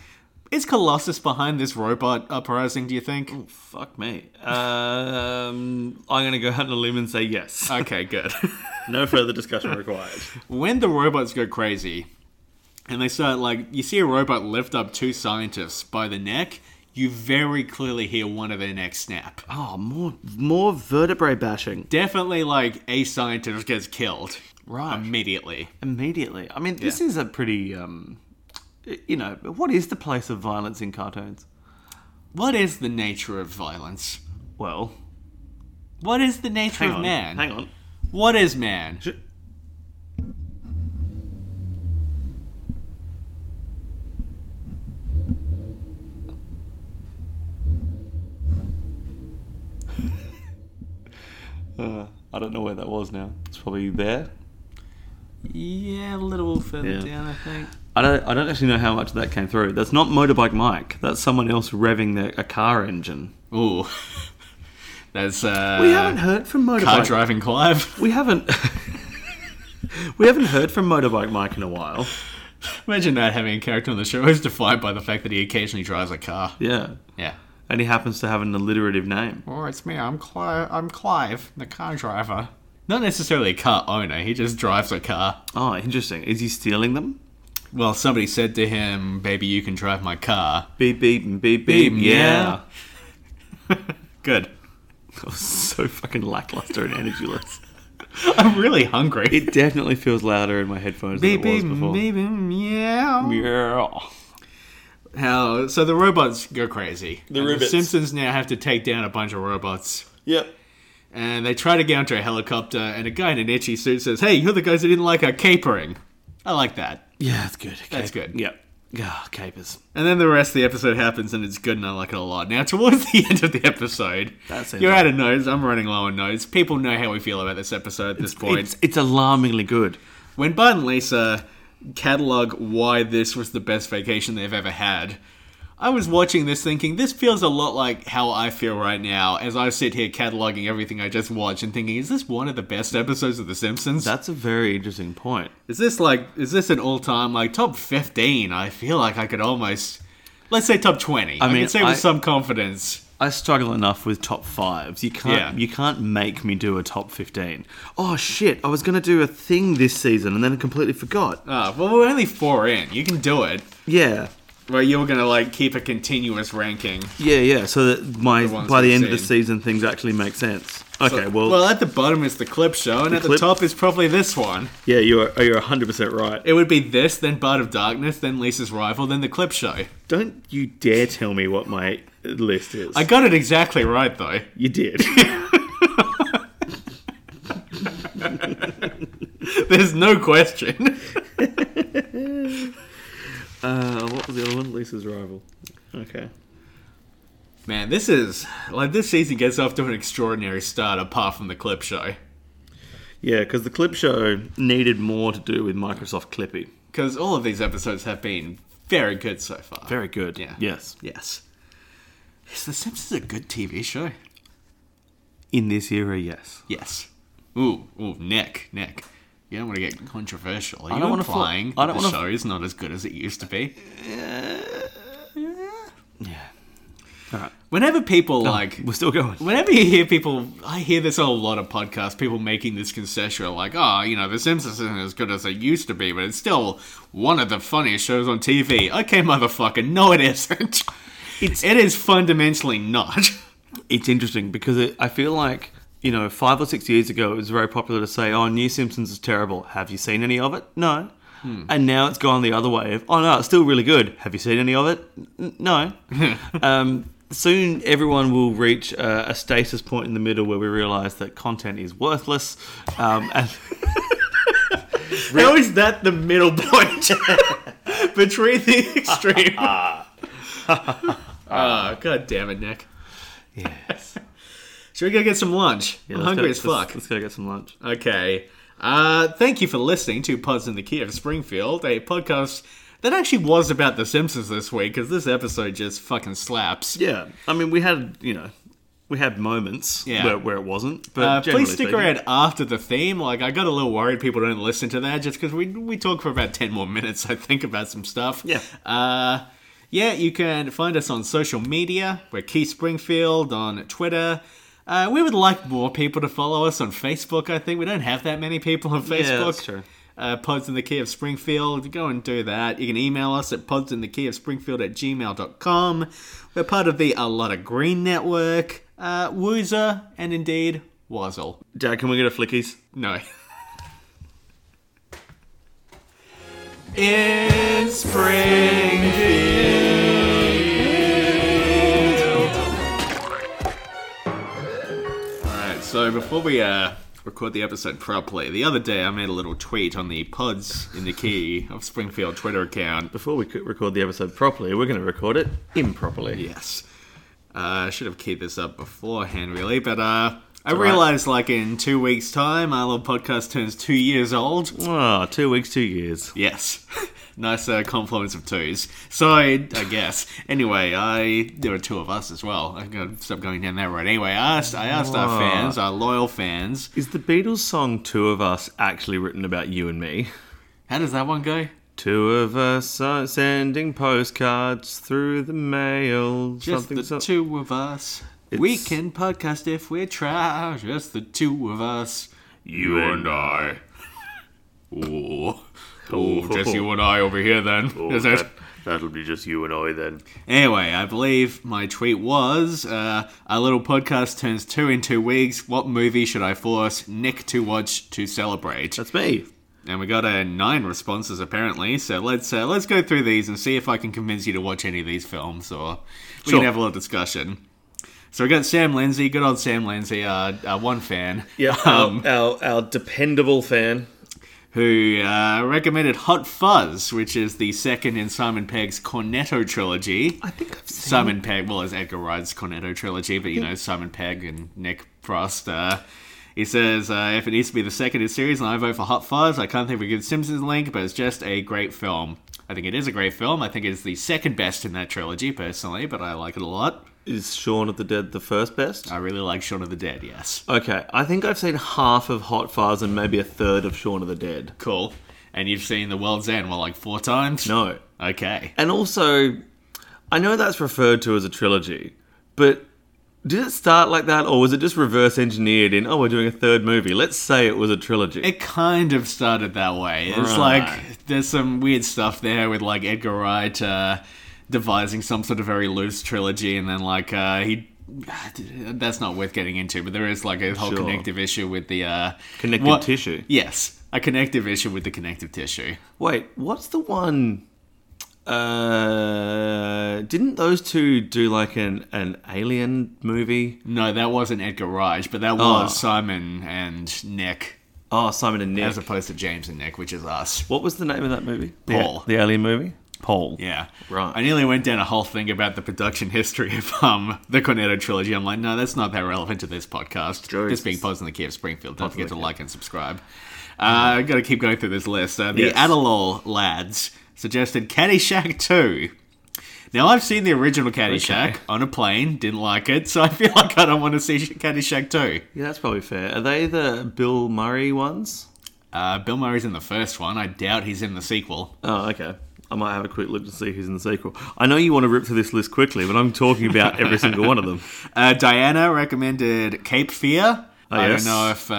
Speaker 4: Is Colossus behind this robot uprising, do you think?
Speaker 3: Fuck me. Um, I'm gonna go out on a limb and say yes.
Speaker 4: Okay, good.
Speaker 3: Uh, No further discussion required.
Speaker 4: when the robots go crazy and they start, like, you see a robot lift up two scientists by the neck, you very clearly hear one of their necks snap.
Speaker 3: Oh, more more vertebrae bashing.
Speaker 4: Definitely, like, a scientist gets killed
Speaker 3: Right.
Speaker 4: immediately.
Speaker 3: Immediately. I mean, this
Speaker 4: Yeah.
Speaker 3: is a pretty. Um, y- you know, what is the place of violence in cartoons?
Speaker 4: What is the nature of violence?
Speaker 3: Well,
Speaker 4: What is the nature
Speaker 3: hang
Speaker 4: of
Speaker 3: on,
Speaker 4: man?
Speaker 3: hang on.
Speaker 4: What is man?
Speaker 3: Sh- Uh, I don't know where that was now. It's probably there.
Speaker 4: Yeah, a little further
Speaker 3: Yeah.
Speaker 4: down, I think.
Speaker 3: I don't, I don't actually know how much of that came through. That's not Motorbike Mike. That's someone else revving their, a car engine.
Speaker 4: Ooh. That's uh
Speaker 3: We haven't heard from
Speaker 4: car
Speaker 3: Motorbike.
Speaker 4: driving Clive.
Speaker 3: we haven't. we haven't heard from Motorbike Mike in a while.
Speaker 4: Imagine that having a character on the show who's defined by the fact that he occasionally drives a car.
Speaker 3: Yeah.
Speaker 4: Yeah.
Speaker 3: And he happens to have an alliterative name.
Speaker 4: Oh, it's me. I'm Clive. I'm Clive, the car driver. Not necessarily a car owner. He just drives a car.
Speaker 3: Oh, interesting. Is he stealing them?
Speaker 4: Well, somebody said to him, "Baby, you can drive my car."
Speaker 3: Beep, beep, and beep, beep.
Speaker 4: Beep,
Speaker 3: yeah.
Speaker 4: Good.
Speaker 3: That was so fucking lackluster and energyless.
Speaker 4: I'm really hungry.
Speaker 3: It definitely feels louder in my headphones than it was before.
Speaker 4: meow.
Speaker 3: Yeah.
Speaker 4: How? So the robots go crazy. And The,
Speaker 3: robots.
Speaker 4: Simpsons now have to take down a bunch of robots,
Speaker 3: Yep.
Speaker 4: and they try to get onto a helicopter. And a guy in an itchy suit says, "Hey, you're the guys that didn't like our capering." I like that.
Speaker 3: Yeah, that's good. Okay.
Speaker 4: That's good.
Speaker 3: Yep. Yeah, capers.
Speaker 4: And then the rest of the episode happens, and it's good, and I like it a lot. Now, towards the end of the episode,
Speaker 3: That seems
Speaker 4: you're
Speaker 3: like-
Speaker 4: out of notes. I'm running low on notes. People know how we feel about this episode at this point.
Speaker 3: It's, it's alarmingly good.
Speaker 4: When Bart and Lisa catalog why this was the best vacation they've ever had, I was watching this thinking, this feels a lot like how I feel right now as I sit here cataloging everything I just watched and thinking, is this one of the best episodes of The Simpsons?
Speaker 3: That's a very interesting point.
Speaker 4: is this like, is this an all time, like top 15? I feel like I could almost, let's say top 20. I,
Speaker 3: mean,
Speaker 4: can say with
Speaker 3: I-
Speaker 4: some confidence.
Speaker 3: I struggle enough with top fives. You can't
Speaker 4: Yeah.
Speaker 3: you can't make me do a top fifteen. Oh shit! I was gonna do a thing this season and then I completely forgot.
Speaker 4: Ah, well, we're only four in. You can do it.
Speaker 3: Yeah,
Speaker 4: Well, you're going to like keep a continuous ranking.
Speaker 3: yeah, yeah. So that my
Speaker 4: The ones
Speaker 3: by the
Speaker 4: we've
Speaker 3: end of the
Speaker 4: seen.
Speaker 3: season, things actually make sense. Okay, well,
Speaker 4: well, at the bottom is the clip show, and at
Speaker 3: clip-
Speaker 4: the top is probably this one.
Speaker 3: yeah, you're you're hundred percent right.
Speaker 4: It would be this, then Bart of Darkness, then Lisa's Rival, then the clip show.
Speaker 3: Don't you dare tell me what my list is.
Speaker 4: I got it exactly right, though.
Speaker 3: you did.
Speaker 4: There's no question.
Speaker 3: uh, what was the other one? Lisa's rival. Okay.
Speaker 4: Man, this is like this season gets off to an extraordinary start, apart from the clip show.
Speaker 3: Yeah, because the clip show needed more to do with Microsoft Clippy.
Speaker 4: Because all of these episodes have been very good so far.
Speaker 3: Very good.
Speaker 4: Yeah.
Speaker 3: Yes.
Speaker 4: Yes. Is The Simpsons a good TV show?
Speaker 3: In this era, yes.
Speaker 4: Yes. Ooh, ooh, Nick, Nick. You don't want to get controversial. Are you
Speaker 3: don't wanna fo-
Speaker 4: implying
Speaker 3: I
Speaker 4: that
Speaker 3: don't
Speaker 4: the
Speaker 3: wanna-
Speaker 4: show is not as good as it used to be?
Speaker 3: Yeah. All right.
Speaker 4: Whenever people
Speaker 3: Oh.
Speaker 4: like
Speaker 3: We're still going.
Speaker 4: Whenever you hear people, I hear this on a lot of podcasts, people making this concession like, oh, you know, The Simpsons isn't as good as it used to be, but it's still one of the funniest shows on TV. Okay, motherfucker, no, it isn't. It's, it is fundamentally not.
Speaker 3: It's interesting because it, I feel like, you know, five or six years ago, it was very popular to say, oh, New Simpsons is terrible. Have you seen any of it? No. And now it's gone the other way of, oh, no, it's still really good. Have you seen any of it? N- no. um, soon everyone will reach uh, a stasis point in the middle where we realize that content is worthless. Um, and
Speaker 4: How is that the middle point between the extreme? Ah, god damn it, Nick.
Speaker 3: yes.
Speaker 4: Should we go get some lunch?
Speaker 3: Yeah,
Speaker 4: I'm
Speaker 3: let's go-
Speaker 4: hungry as
Speaker 3: let's-
Speaker 4: fuck.
Speaker 3: Let's go get some lunch.
Speaker 4: Okay. Uh, thank you for listening to Pods in the Key of Springfield, a podcast that actually was about The Simpsons this week, because this episode just fucking slaps.
Speaker 3: Yeah, I mean, we had you know, we had moments
Speaker 4: Yeah.
Speaker 3: where, where it wasn't, but
Speaker 4: Uh,
Speaker 3: generally
Speaker 4: please stick
Speaker 3: speaking-
Speaker 4: around after the theme. Like, I got a little worried people don't listen to that just because we, we talk for about 10 more minutes, I think, about some stuff.
Speaker 3: Yeah.
Speaker 4: Uh, yeah, you can find us on social media. We're Key Springfield on Twitter. Uh, we would like more people to follow us on Facebook, I think. We don't have that many people on Facebook.
Speaker 3: Yeah, that's true.
Speaker 4: Uh, Pods in the Key of Springfield. Go and do that. You can email us at podsinthekeyofspringfield at gmail.com. We're part of the A Lot of Green Network, uh, Woozer, and indeed Wazzle.
Speaker 3: Dad, can we get a flickies?
Speaker 4: No. in Springfield. Alright, so before we uh, record the episode properly, the other day I made a little tweet on the Pods in the Key of Springfield Twitter account.
Speaker 3: Before we could record the episode properly, we're going to record it improperly.
Speaker 4: Yes. Uh, I should have keyed this up beforehand, really, but uh, I realize, like, in two weeks' time, our little podcast turns two years old.
Speaker 3: Ah, two weeks, two years.
Speaker 4: Yes. nice uh, confluence of twos. So, I, I guess. Anyway, I there are two of us as well. I'm going to stop going down that road. Anyway, I asked, I asked
Speaker 3: Ah.
Speaker 4: our fans, our loyal fans,
Speaker 3: Is the Beatles song Two of Us actually written about you and me?
Speaker 4: how does that one go?
Speaker 3: Two of us are sending postcards through the mail.
Speaker 4: Just
Speaker 3: something
Speaker 4: the
Speaker 3: so-
Speaker 4: two of us. We
Speaker 3: It's-
Speaker 4: can podcast if we try. Just the two of us.
Speaker 3: You and
Speaker 4: I. Ooh. Ooh, just you and I over here then. Is it?
Speaker 3: That'll be just you and I then.
Speaker 4: Anyway, I believe my tweet was uh, Our little podcast turns two in two weeks. What movie should I force Nick to watch to celebrate?
Speaker 3: That's me.
Speaker 4: And we got uh, nine responses apparently. So let's uh, let's go through these and see if I can convince you to watch any of these films, or we
Speaker 3: Sure.
Speaker 4: can have a little discussion. So we got Sam Lindsay, good old Sam Lindsay, uh, uh, one fan,
Speaker 3: Yeah,
Speaker 4: um,
Speaker 3: our, our dependable fan.
Speaker 4: who uh, recommended Hot Fuzz, which is the second in Simon Pegg's Cornetto trilogy.
Speaker 3: I think I've seen
Speaker 4: Simon Pegg, well, it's Edgar Wright's Cornetto trilogy, but you know, Simon Pegg and Nick Frost. Uh, he says, uh, if it needs to be the second in series, and I vote for Hot Fuzz, I can't think of a good Simpsons link, but it's just a great film. I think it is a great film. I think it's the second best in that trilogy, personally, but I like it a lot.
Speaker 3: Is Shaun of the Dead the first best?
Speaker 4: I really like Shaun of the Dead, yes.
Speaker 3: Okay, I think I've seen half of Hot Fuzz and maybe a third of Shaun of the Dead.
Speaker 4: Cool. And you've seen The World's End, well, like four times?
Speaker 3: No.
Speaker 4: Okay.
Speaker 3: And also, I know that's referred to as a trilogy, but did it start like that or was it just reverse engineered in, oh, we're doing a third movie? Let's say it was a trilogy.
Speaker 4: It kind of started that way. It's
Speaker 3: Right.
Speaker 4: like there's some weird stuff there with like Edgar Wright uh, devising some sort of very loose trilogy, and then like uh, he. That's not worth getting into, but there is like a whole
Speaker 3: Sure.
Speaker 4: connective issue with the uh,
Speaker 3: Connective tissue.
Speaker 4: Yes, a connective issue with the connective tissue.
Speaker 3: Wait, what's the one? Uh, didn't those two do like an, an alien movie?
Speaker 4: No, that wasn't Edgar Wright, but that was Simon and Nick,
Speaker 3: Oh, Simon and Nick.
Speaker 4: as opposed to James and Nick, which is us.
Speaker 3: what was the name of that movie?
Speaker 4: Paul.
Speaker 3: The, the alien movie? Paul.
Speaker 4: Yeah.
Speaker 3: Right.
Speaker 4: I nearly went down a whole thing about the production history of um the Cornetto trilogy. I'm like, no, that's not that relevant to this podcast.
Speaker 3: Joyce.
Speaker 4: This being posed in the Key of Springfield. Don't
Speaker 3: Posed in
Speaker 4: forget
Speaker 3: the
Speaker 4: to
Speaker 3: Key.
Speaker 4: like and subscribe. Uh, I've got to keep going through this list. Uh, the
Speaker 3: Yes.
Speaker 4: Adelol lads suggested Caddyshack 2. Now, I've seen the original Caddyshack on a plane, didn't like it, so I feel like I don't want to see Caddyshack 2.
Speaker 3: Yeah, that's probably fair. Are they the Bill Murray ones?
Speaker 4: Uh, Bill Murray's in the first one. I doubt he's in the sequel.
Speaker 3: Oh, okay. I might have a quick look to see who's in the sequel. I know you want to rip through this list quickly, but I'm talking about every single one of them.
Speaker 4: Uh, Diana recommended Cape Fear.
Speaker 3: Oh,
Speaker 4: I
Speaker 3: yes.
Speaker 4: don't know if uh,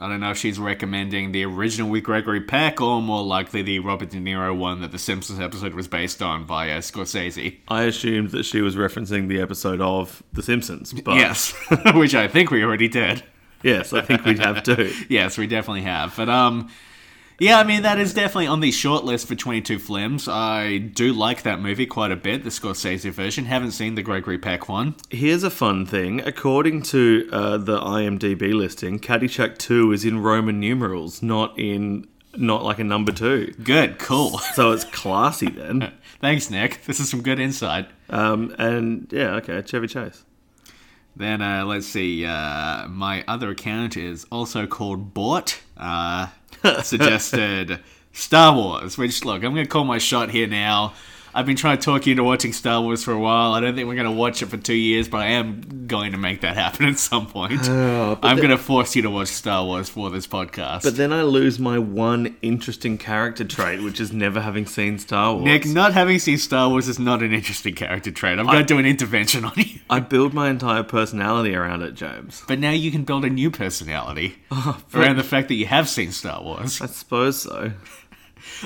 Speaker 4: I don't know if she's recommending the original with Gregory Peck or more likely the Robert De Niro one that the Simpsons episode was based on by uh, Scorsese.
Speaker 3: I assumed that she was referencing the episode of The Simpsons, but
Speaker 4: Yes, which I think we already did.
Speaker 3: yes, I think we'd have to.
Speaker 4: Yes, we definitely have. But um, yeah, I mean that is definitely on the short list for 22 films. I do like that movie quite a bit, the Scorsese version. Haven't seen the Gregory Peck one.
Speaker 3: Here's a fun thing. According to uh, the IMDb listing, Caddyshack 2 is in Roman numerals, not in not like a number two.
Speaker 4: Good, cool.
Speaker 3: So it's classy then.
Speaker 4: Thanks, Nick. This is some good insight.
Speaker 3: Um, and yeah, okay, Chevy Chase.
Speaker 4: Then uh, let's see. Uh, my other account is also called Bort. Uh, suggested Star Wars, which look, I'm going to call my shot here now. I've been trying to talk you into watching Star Wars for a while. I don't think we're going to watch it for two years, but I am going to make that happen at some point. I'm going to force you to watch Star Wars for this podcast.
Speaker 3: But then I lose my one interesting character trait, which is never having seen Star Wars.
Speaker 4: Nick, not having seen Star Wars is not an interesting character trait. I'm going to do an intervention on you.
Speaker 3: I build my entire personality around it, James.
Speaker 4: But now you can build a new personality around the fact that you have seen Star Wars.
Speaker 3: I suppose so.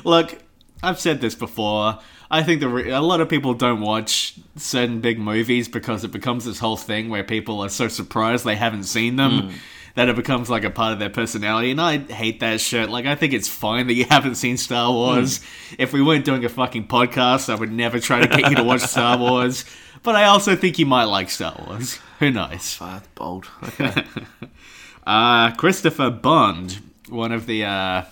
Speaker 4: Look, I've said this before. I think the re- a lot of people don't watch certain big movies because it becomes this whole thing where people are so surprised they haven't seen them that it becomes like a part of their personality. And I hate that shit. Like, I think it's fine that you haven't seen Star Wars. If we weren't doing a fucking podcast, I would never try to get you to watch Star Wars. But I also think you might like Star Wars. Who knows?
Speaker 3: Ah, That's bold. Okay.
Speaker 4: Uh, Christopher Bond, one of the uh,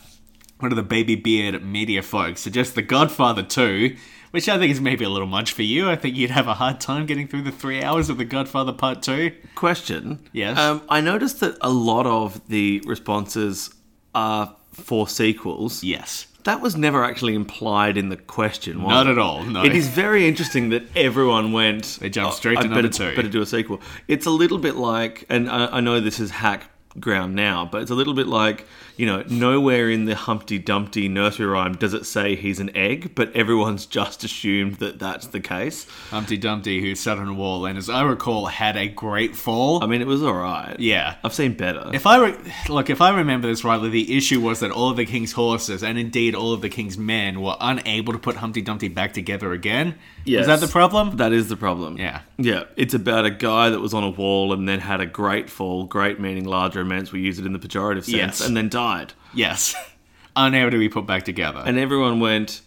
Speaker 4: one of the baby beard media folks, suggests The Godfather 2, which I think is maybe a little much for you. I think you'd have a hard time getting through the three hours of The Godfather Part 2.
Speaker 3: Question.
Speaker 4: Yes.
Speaker 3: Um, I noticed that a lot of the responses are for sequels.
Speaker 4: Yes.
Speaker 3: That was never actually implied in the question. Was
Speaker 4: Not
Speaker 3: it?
Speaker 4: at all, no.
Speaker 3: It is very interesting that everyone went.
Speaker 4: They jumped straight
Speaker 3: I
Speaker 4: to number
Speaker 3: better,
Speaker 4: two."
Speaker 3: Better do a sequel. It's a little bit like, and I, I know this is hack ground now, but it's a little bit like you know, nowhere in the Humpty Dumpty nursery rhyme does it say he's an egg, but everyone's just assumed that that's the case.
Speaker 4: Humpty Dumpty, who sat on a wall and, as I recall, had a great fall.
Speaker 3: I mean, it was all right.
Speaker 4: yeah.
Speaker 3: I've seen better.
Speaker 4: If I re- look, if I remember this rightly, the issue was that all of the king's horses and indeed all of the king's men were unable to put Humpty Dumpty back together again.
Speaker 3: Yes.
Speaker 4: Is that the problem?
Speaker 3: That is the problem.
Speaker 4: Yeah.
Speaker 3: Yeah. It's about a guy that was on a wall and then had a great fall, great meaning larger immense, we use it in the pejorative sense,
Speaker 4: Yes.
Speaker 3: and then died.
Speaker 4: yes. Unable to be put back together.
Speaker 3: And everyone went,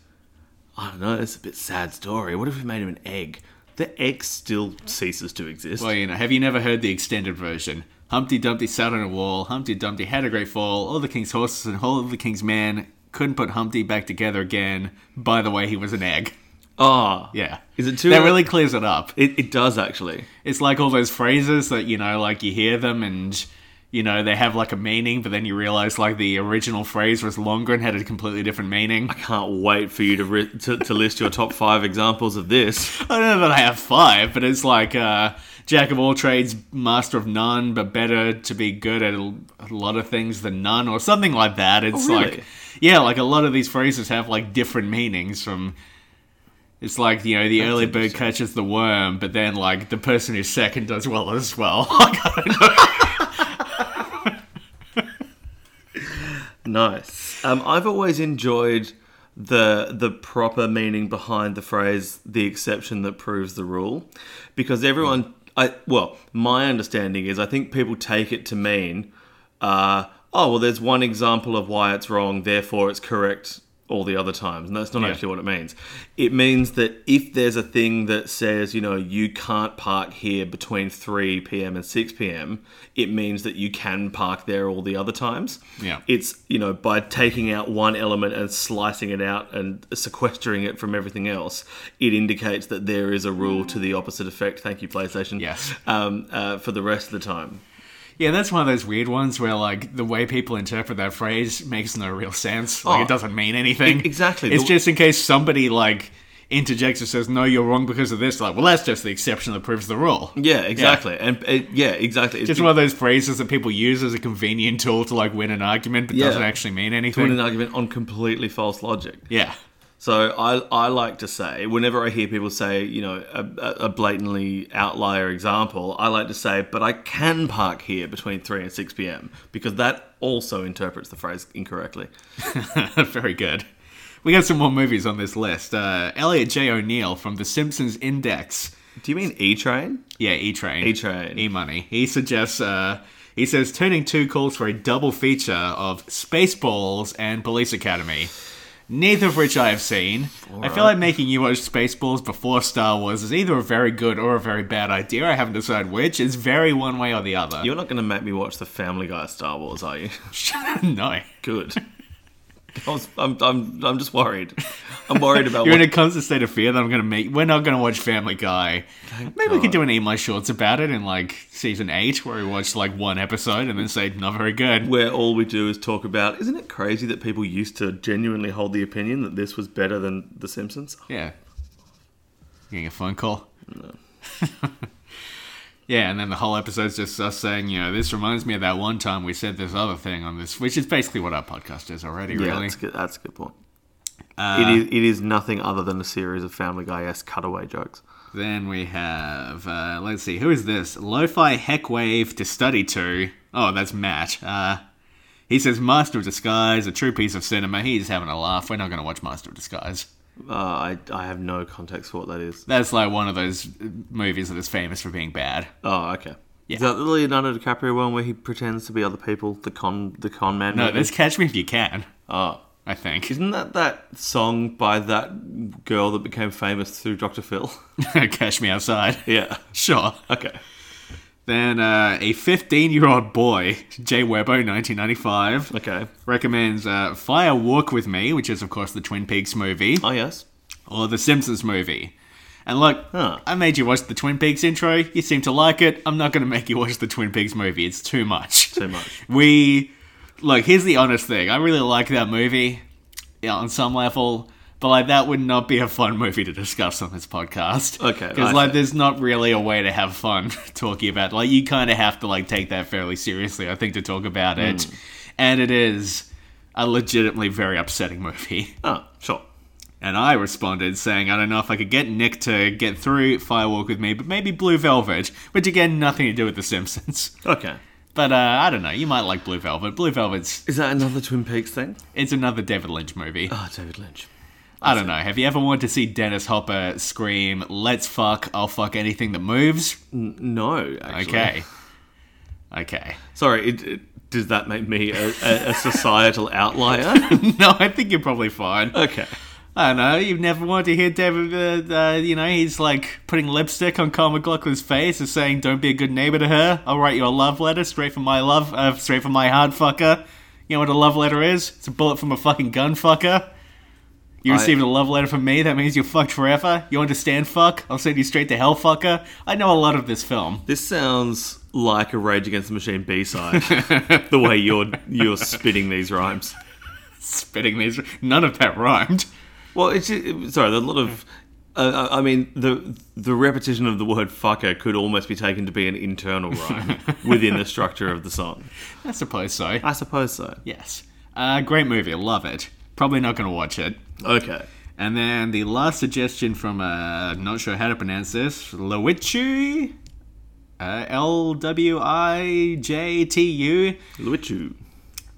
Speaker 3: I don't know, it's a bit sad story. What if we made him an egg? The egg still ceases to exist.
Speaker 4: well, you know, have you never heard the extended version? Humpty Dumpty sat on a wall. Humpty Dumpty had a great fall. All the king's horses and all of the king's men couldn't put Humpty back together again. By the way, he was an egg.
Speaker 3: Ah.
Speaker 4: Yeah.
Speaker 3: Is it too-
Speaker 4: That really clears it up.
Speaker 3: It, it does actually.
Speaker 4: It's like all those phrases that you know, like you hear them and you know they have like a meaning, but then you realize like the original phrase was longer and had a completely different meaning.
Speaker 3: Can't wait for you to, ri to, to list your top five examples of this.
Speaker 4: I don't know that I have five, but it's like uh, jack of all trades, master of none, but better to be good at a a lot of things than none, or something like that. It's
Speaker 3: really?
Speaker 4: like yeah, like a lot of these phrases have like different meanings from. It's like you know the early bird catches the worm, but then like the person who's second does well as well.
Speaker 3: Nice. Um, I've always enjoyed the the proper meaning behind the phrase "the exception that proves the rule," because everyone, I well, my understanding is I think people take it to mean, uh, oh well, there's one example of why it's wrong, therefore it's correct all the other times, and that's not
Speaker 4: Yeah.
Speaker 3: actually what it means. It means that if there's a thing that says you know you can't park here between three p.m. and six p.m., it means that you can park there all the other times
Speaker 4: Yeah.
Speaker 3: it's you know by taking out one element and slicing it out and sequestering it from everything else it indicates that there is a rule to the opposite effect thank you playstation
Speaker 4: Yes.
Speaker 3: um, uh, for the rest of the time
Speaker 4: Yeah, that's one of those weird ones where like the way people interpret that phrase makes no real sense. Like
Speaker 3: Oh.
Speaker 4: it doesn't mean anything.
Speaker 3: E- exactly.
Speaker 4: It's
Speaker 3: The-
Speaker 4: just in case somebody like interjects and says, "No, you're wrong because of this." Like, well, that's just the exception that proves the rule.
Speaker 3: yeah exactly and it, yeah exactly it's
Speaker 4: Just
Speaker 3: been-
Speaker 4: one of those phrases that people use as a convenient tool to like win an argument, but
Speaker 3: Yeah.
Speaker 4: doesn't actually mean anything.
Speaker 3: been an argument on completely false logic
Speaker 4: yeah.
Speaker 3: So I, I like to say, whenever I hear people say, you know, a, a blatantly outlier example, I like to say, but I can park here between 3 and 6 p.m. because that also interprets the phrase incorrectly.
Speaker 4: Very good. We got some more movies on this list. Uh, Elliot J. O'Neill from The Simpsons Index.
Speaker 3: Do you mean E train?
Speaker 4: Yeah, E Train.
Speaker 3: E Train.
Speaker 4: E Money. He suggests, uh, he says, Turning 2 calls for a double feature of Spaceballs and Police Academy. Neither of which I have seen. I feel like making you watch Spaceballs before Star Wars is either a very good or a very bad idea. I haven't decided which. It's very one way or the other.
Speaker 3: You're not going to make me watch the Family Guy Star Wars, are you?
Speaker 4: no.
Speaker 3: Good. I was, I'm, I'm, I'm just worried. I'm worried about
Speaker 4: You're in
Speaker 3: what,
Speaker 4: a constant state of fear that I'm going to make. We're not going to watch Family Guy. Maybe we could do an Eat My Shorts about it in like season 8 where we watch like one episode and then say, not very good.
Speaker 3: where all we do is talk about. Isn't it crazy that people used to genuinely hold the opinion that this was better than The Simpsons?
Speaker 4: Yeah. Getting a phone call. yeah, and then the whole episode's just us saying, you know, this reminds me of that one time we said this other thing on this, which is basically what our podcast is already,
Speaker 3: Yeah,
Speaker 4: really. Uh,
Speaker 3: that's, good, that's a good point. it is. It is nothing other than a series of Family Guy esque cutaway jokes.
Speaker 4: Then we have, uh, let's see, who is this? Lo-fi Heckwave to study to. Oh, that's Matt. Uh, he says, Master of Disguise, a true piece of cinema. He's having a laugh. We're not going to watch Master of Disguise.
Speaker 3: Uh, I I have no context for what that is.
Speaker 4: That's like one of those uh, movies that is famous for being bad.
Speaker 3: Oh, okay.
Speaker 4: Yeah.
Speaker 3: Is that the Leonardo DiCaprio one where he pretends to be other people? The con the con man.
Speaker 4: No,
Speaker 3: movie?
Speaker 4: that's Catch Me If You Can.
Speaker 3: Oh.
Speaker 4: I think.
Speaker 3: Isn't that that song by that girl that became famous through Dr. Phil?
Speaker 4: Cash me outside.
Speaker 3: yeah.
Speaker 4: Sure.
Speaker 3: Okay.
Speaker 4: Then uh, a 15 year old boy, Jay Webbo, 1995,
Speaker 3: Okay.
Speaker 4: recommends uh, Fire Walk with Me, which is, of course, the Twin Peaks movie.
Speaker 3: Oh yes.
Speaker 4: or The Simpsons movie. And look,
Speaker 3: Huh.
Speaker 4: I made you watch the Twin Peaks intro. You seem to like it. I'm not going to make you watch the Twin Peaks movie. It's too much.
Speaker 3: Too much.
Speaker 4: we look. Here's the honest thing. I really like that movie yeah, on some level, but like that would not be a fun movie to discuss on this podcast.
Speaker 3: Okay, I
Speaker 4: because like
Speaker 3: see.
Speaker 4: there's not really a way to have fun talking about. Like you kind of have to like take that fairly seriously. I think to talk about it,
Speaker 3: Hmm.
Speaker 4: and it is a legitimately very upsetting movie.
Speaker 3: Oh, sure.
Speaker 4: And I responded saying, I don't know if I could get Nick to get through Firewalk with me, but maybe Blue Velvet, which again, nothing to do with The Simpsons.
Speaker 3: Okay.
Speaker 4: But uh, I don't know, you might like Blue Velvet. Blue Velvet's
Speaker 3: Is that another Twin Peaks thing?
Speaker 4: it's another David Lynch movie.
Speaker 3: Oh, David Lynch.
Speaker 4: I don't know. Have you ever wanted to see Dennis Hopper scream, "Let's fuck, I'll fuck anything that moves"?
Speaker 3: No, actually.
Speaker 4: Okay, okay.
Speaker 3: Sorry, it, it, does that make me a, a, a societal outlier?
Speaker 4: no, I think you're probably fine.
Speaker 3: Okay.
Speaker 4: I don't know. You've never wanted to hear David. Uh, uh, you know, he's like putting lipstick on Carl McLaughlin's face and saying, "Don't be a good neighbor to her. I'll write you a love letter straight from my love, uh, straight from my hard fucker." You know what a love letter is? It's a bullet from a fucking gun fucker. You
Speaker 3: I-
Speaker 4: received a love letter from me. That means you're fucked forever. You understand? Fuck. I'll send you straight to hell, fucker. I know a lot of this film.
Speaker 3: This sounds like a Rage Against the Machine B side. the way you're you're spitting these rhymes.
Speaker 4: Spitting these. None of that rhymed.
Speaker 3: Well, it's it- sorry. There's a lot of. Uh, I I mean, the the repetition of the word "fucker" could almost be taken to be an internal rhyme within the structure of the song.
Speaker 4: I suppose so.
Speaker 3: I suppose so.
Speaker 4: Yes. Uh, great movie. Love it. Probably not going to watch it.
Speaker 3: Okay.
Speaker 4: And then the last suggestion from, uh, not sure how to pronounce this, Lewicki? Uh, L W I J T U.
Speaker 3: Luichu.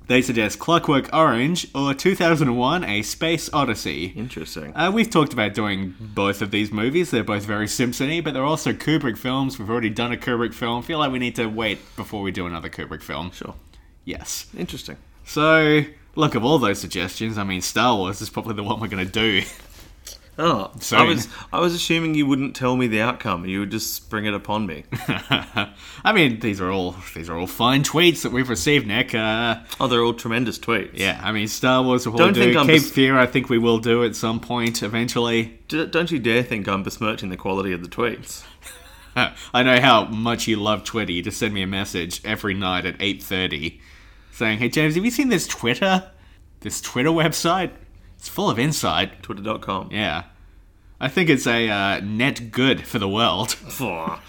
Speaker 4: They suggest Clockwork Orange or 2001 A Space Odyssey.
Speaker 3: Interesting.
Speaker 4: Uh, we've talked about doing both of these movies. They're both very Simpson-y, but they're also Kubrick films. We've already done a Kubrick film. Feel like we need to wait before we do another Kubrick film.
Speaker 3: Sure.
Speaker 4: Yes.
Speaker 3: Interesting.
Speaker 4: So, look, of all those suggestions, I mean, Star Wars is probably the one we're going to do.
Speaker 3: Oh, I
Speaker 4: Soon.
Speaker 3: was I was assuming you wouldn't tell me the outcome. You would just spring it upon me.
Speaker 4: I mean, these are all these are all fine tweets that we've received, Nick. Uh,
Speaker 3: Oh, they're all tremendous tweets.
Speaker 4: yeah, I mean, Star Wars will
Speaker 3: Don't
Speaker 4: do.
Speaker 3: think I'm
Speaker 4: Cape
Speaker 3: bes-
Speaker 4: Fear, I think we will do at some point eventually.
Speaker 3: D- don't you dare think I'm besmirching the quality of the tweets.
Speaker 4: Huh, I know how much you love Twitter. You just send me a message every night at eight thirty, saying, "Hey James, have you seen this Twitter? This Twitter website? It's full of insight."
Speaker 3: Twitter.com.
Speaker 4: Yeah, I think it's a uh, net good for the world.
Speaker 3: Pfft.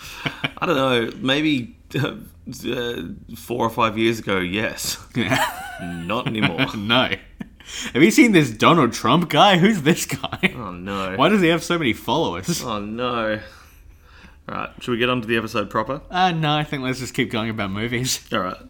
Speaker 3: I don't know. Maybe uh, uh, four or five years ago, yes. Not anymore.
Speaker 4: no. Have you seen this Donald Trump guy? Who's this guy?
Speaker 3: Oh no.
Speaker 4: Why does he have so many followers?
Speaker 3: Oh no. All right. Should we get on to the episode proper?
Speaker 4: Uh, no, I think let's just keep going about movies.
Speaker 3: All right.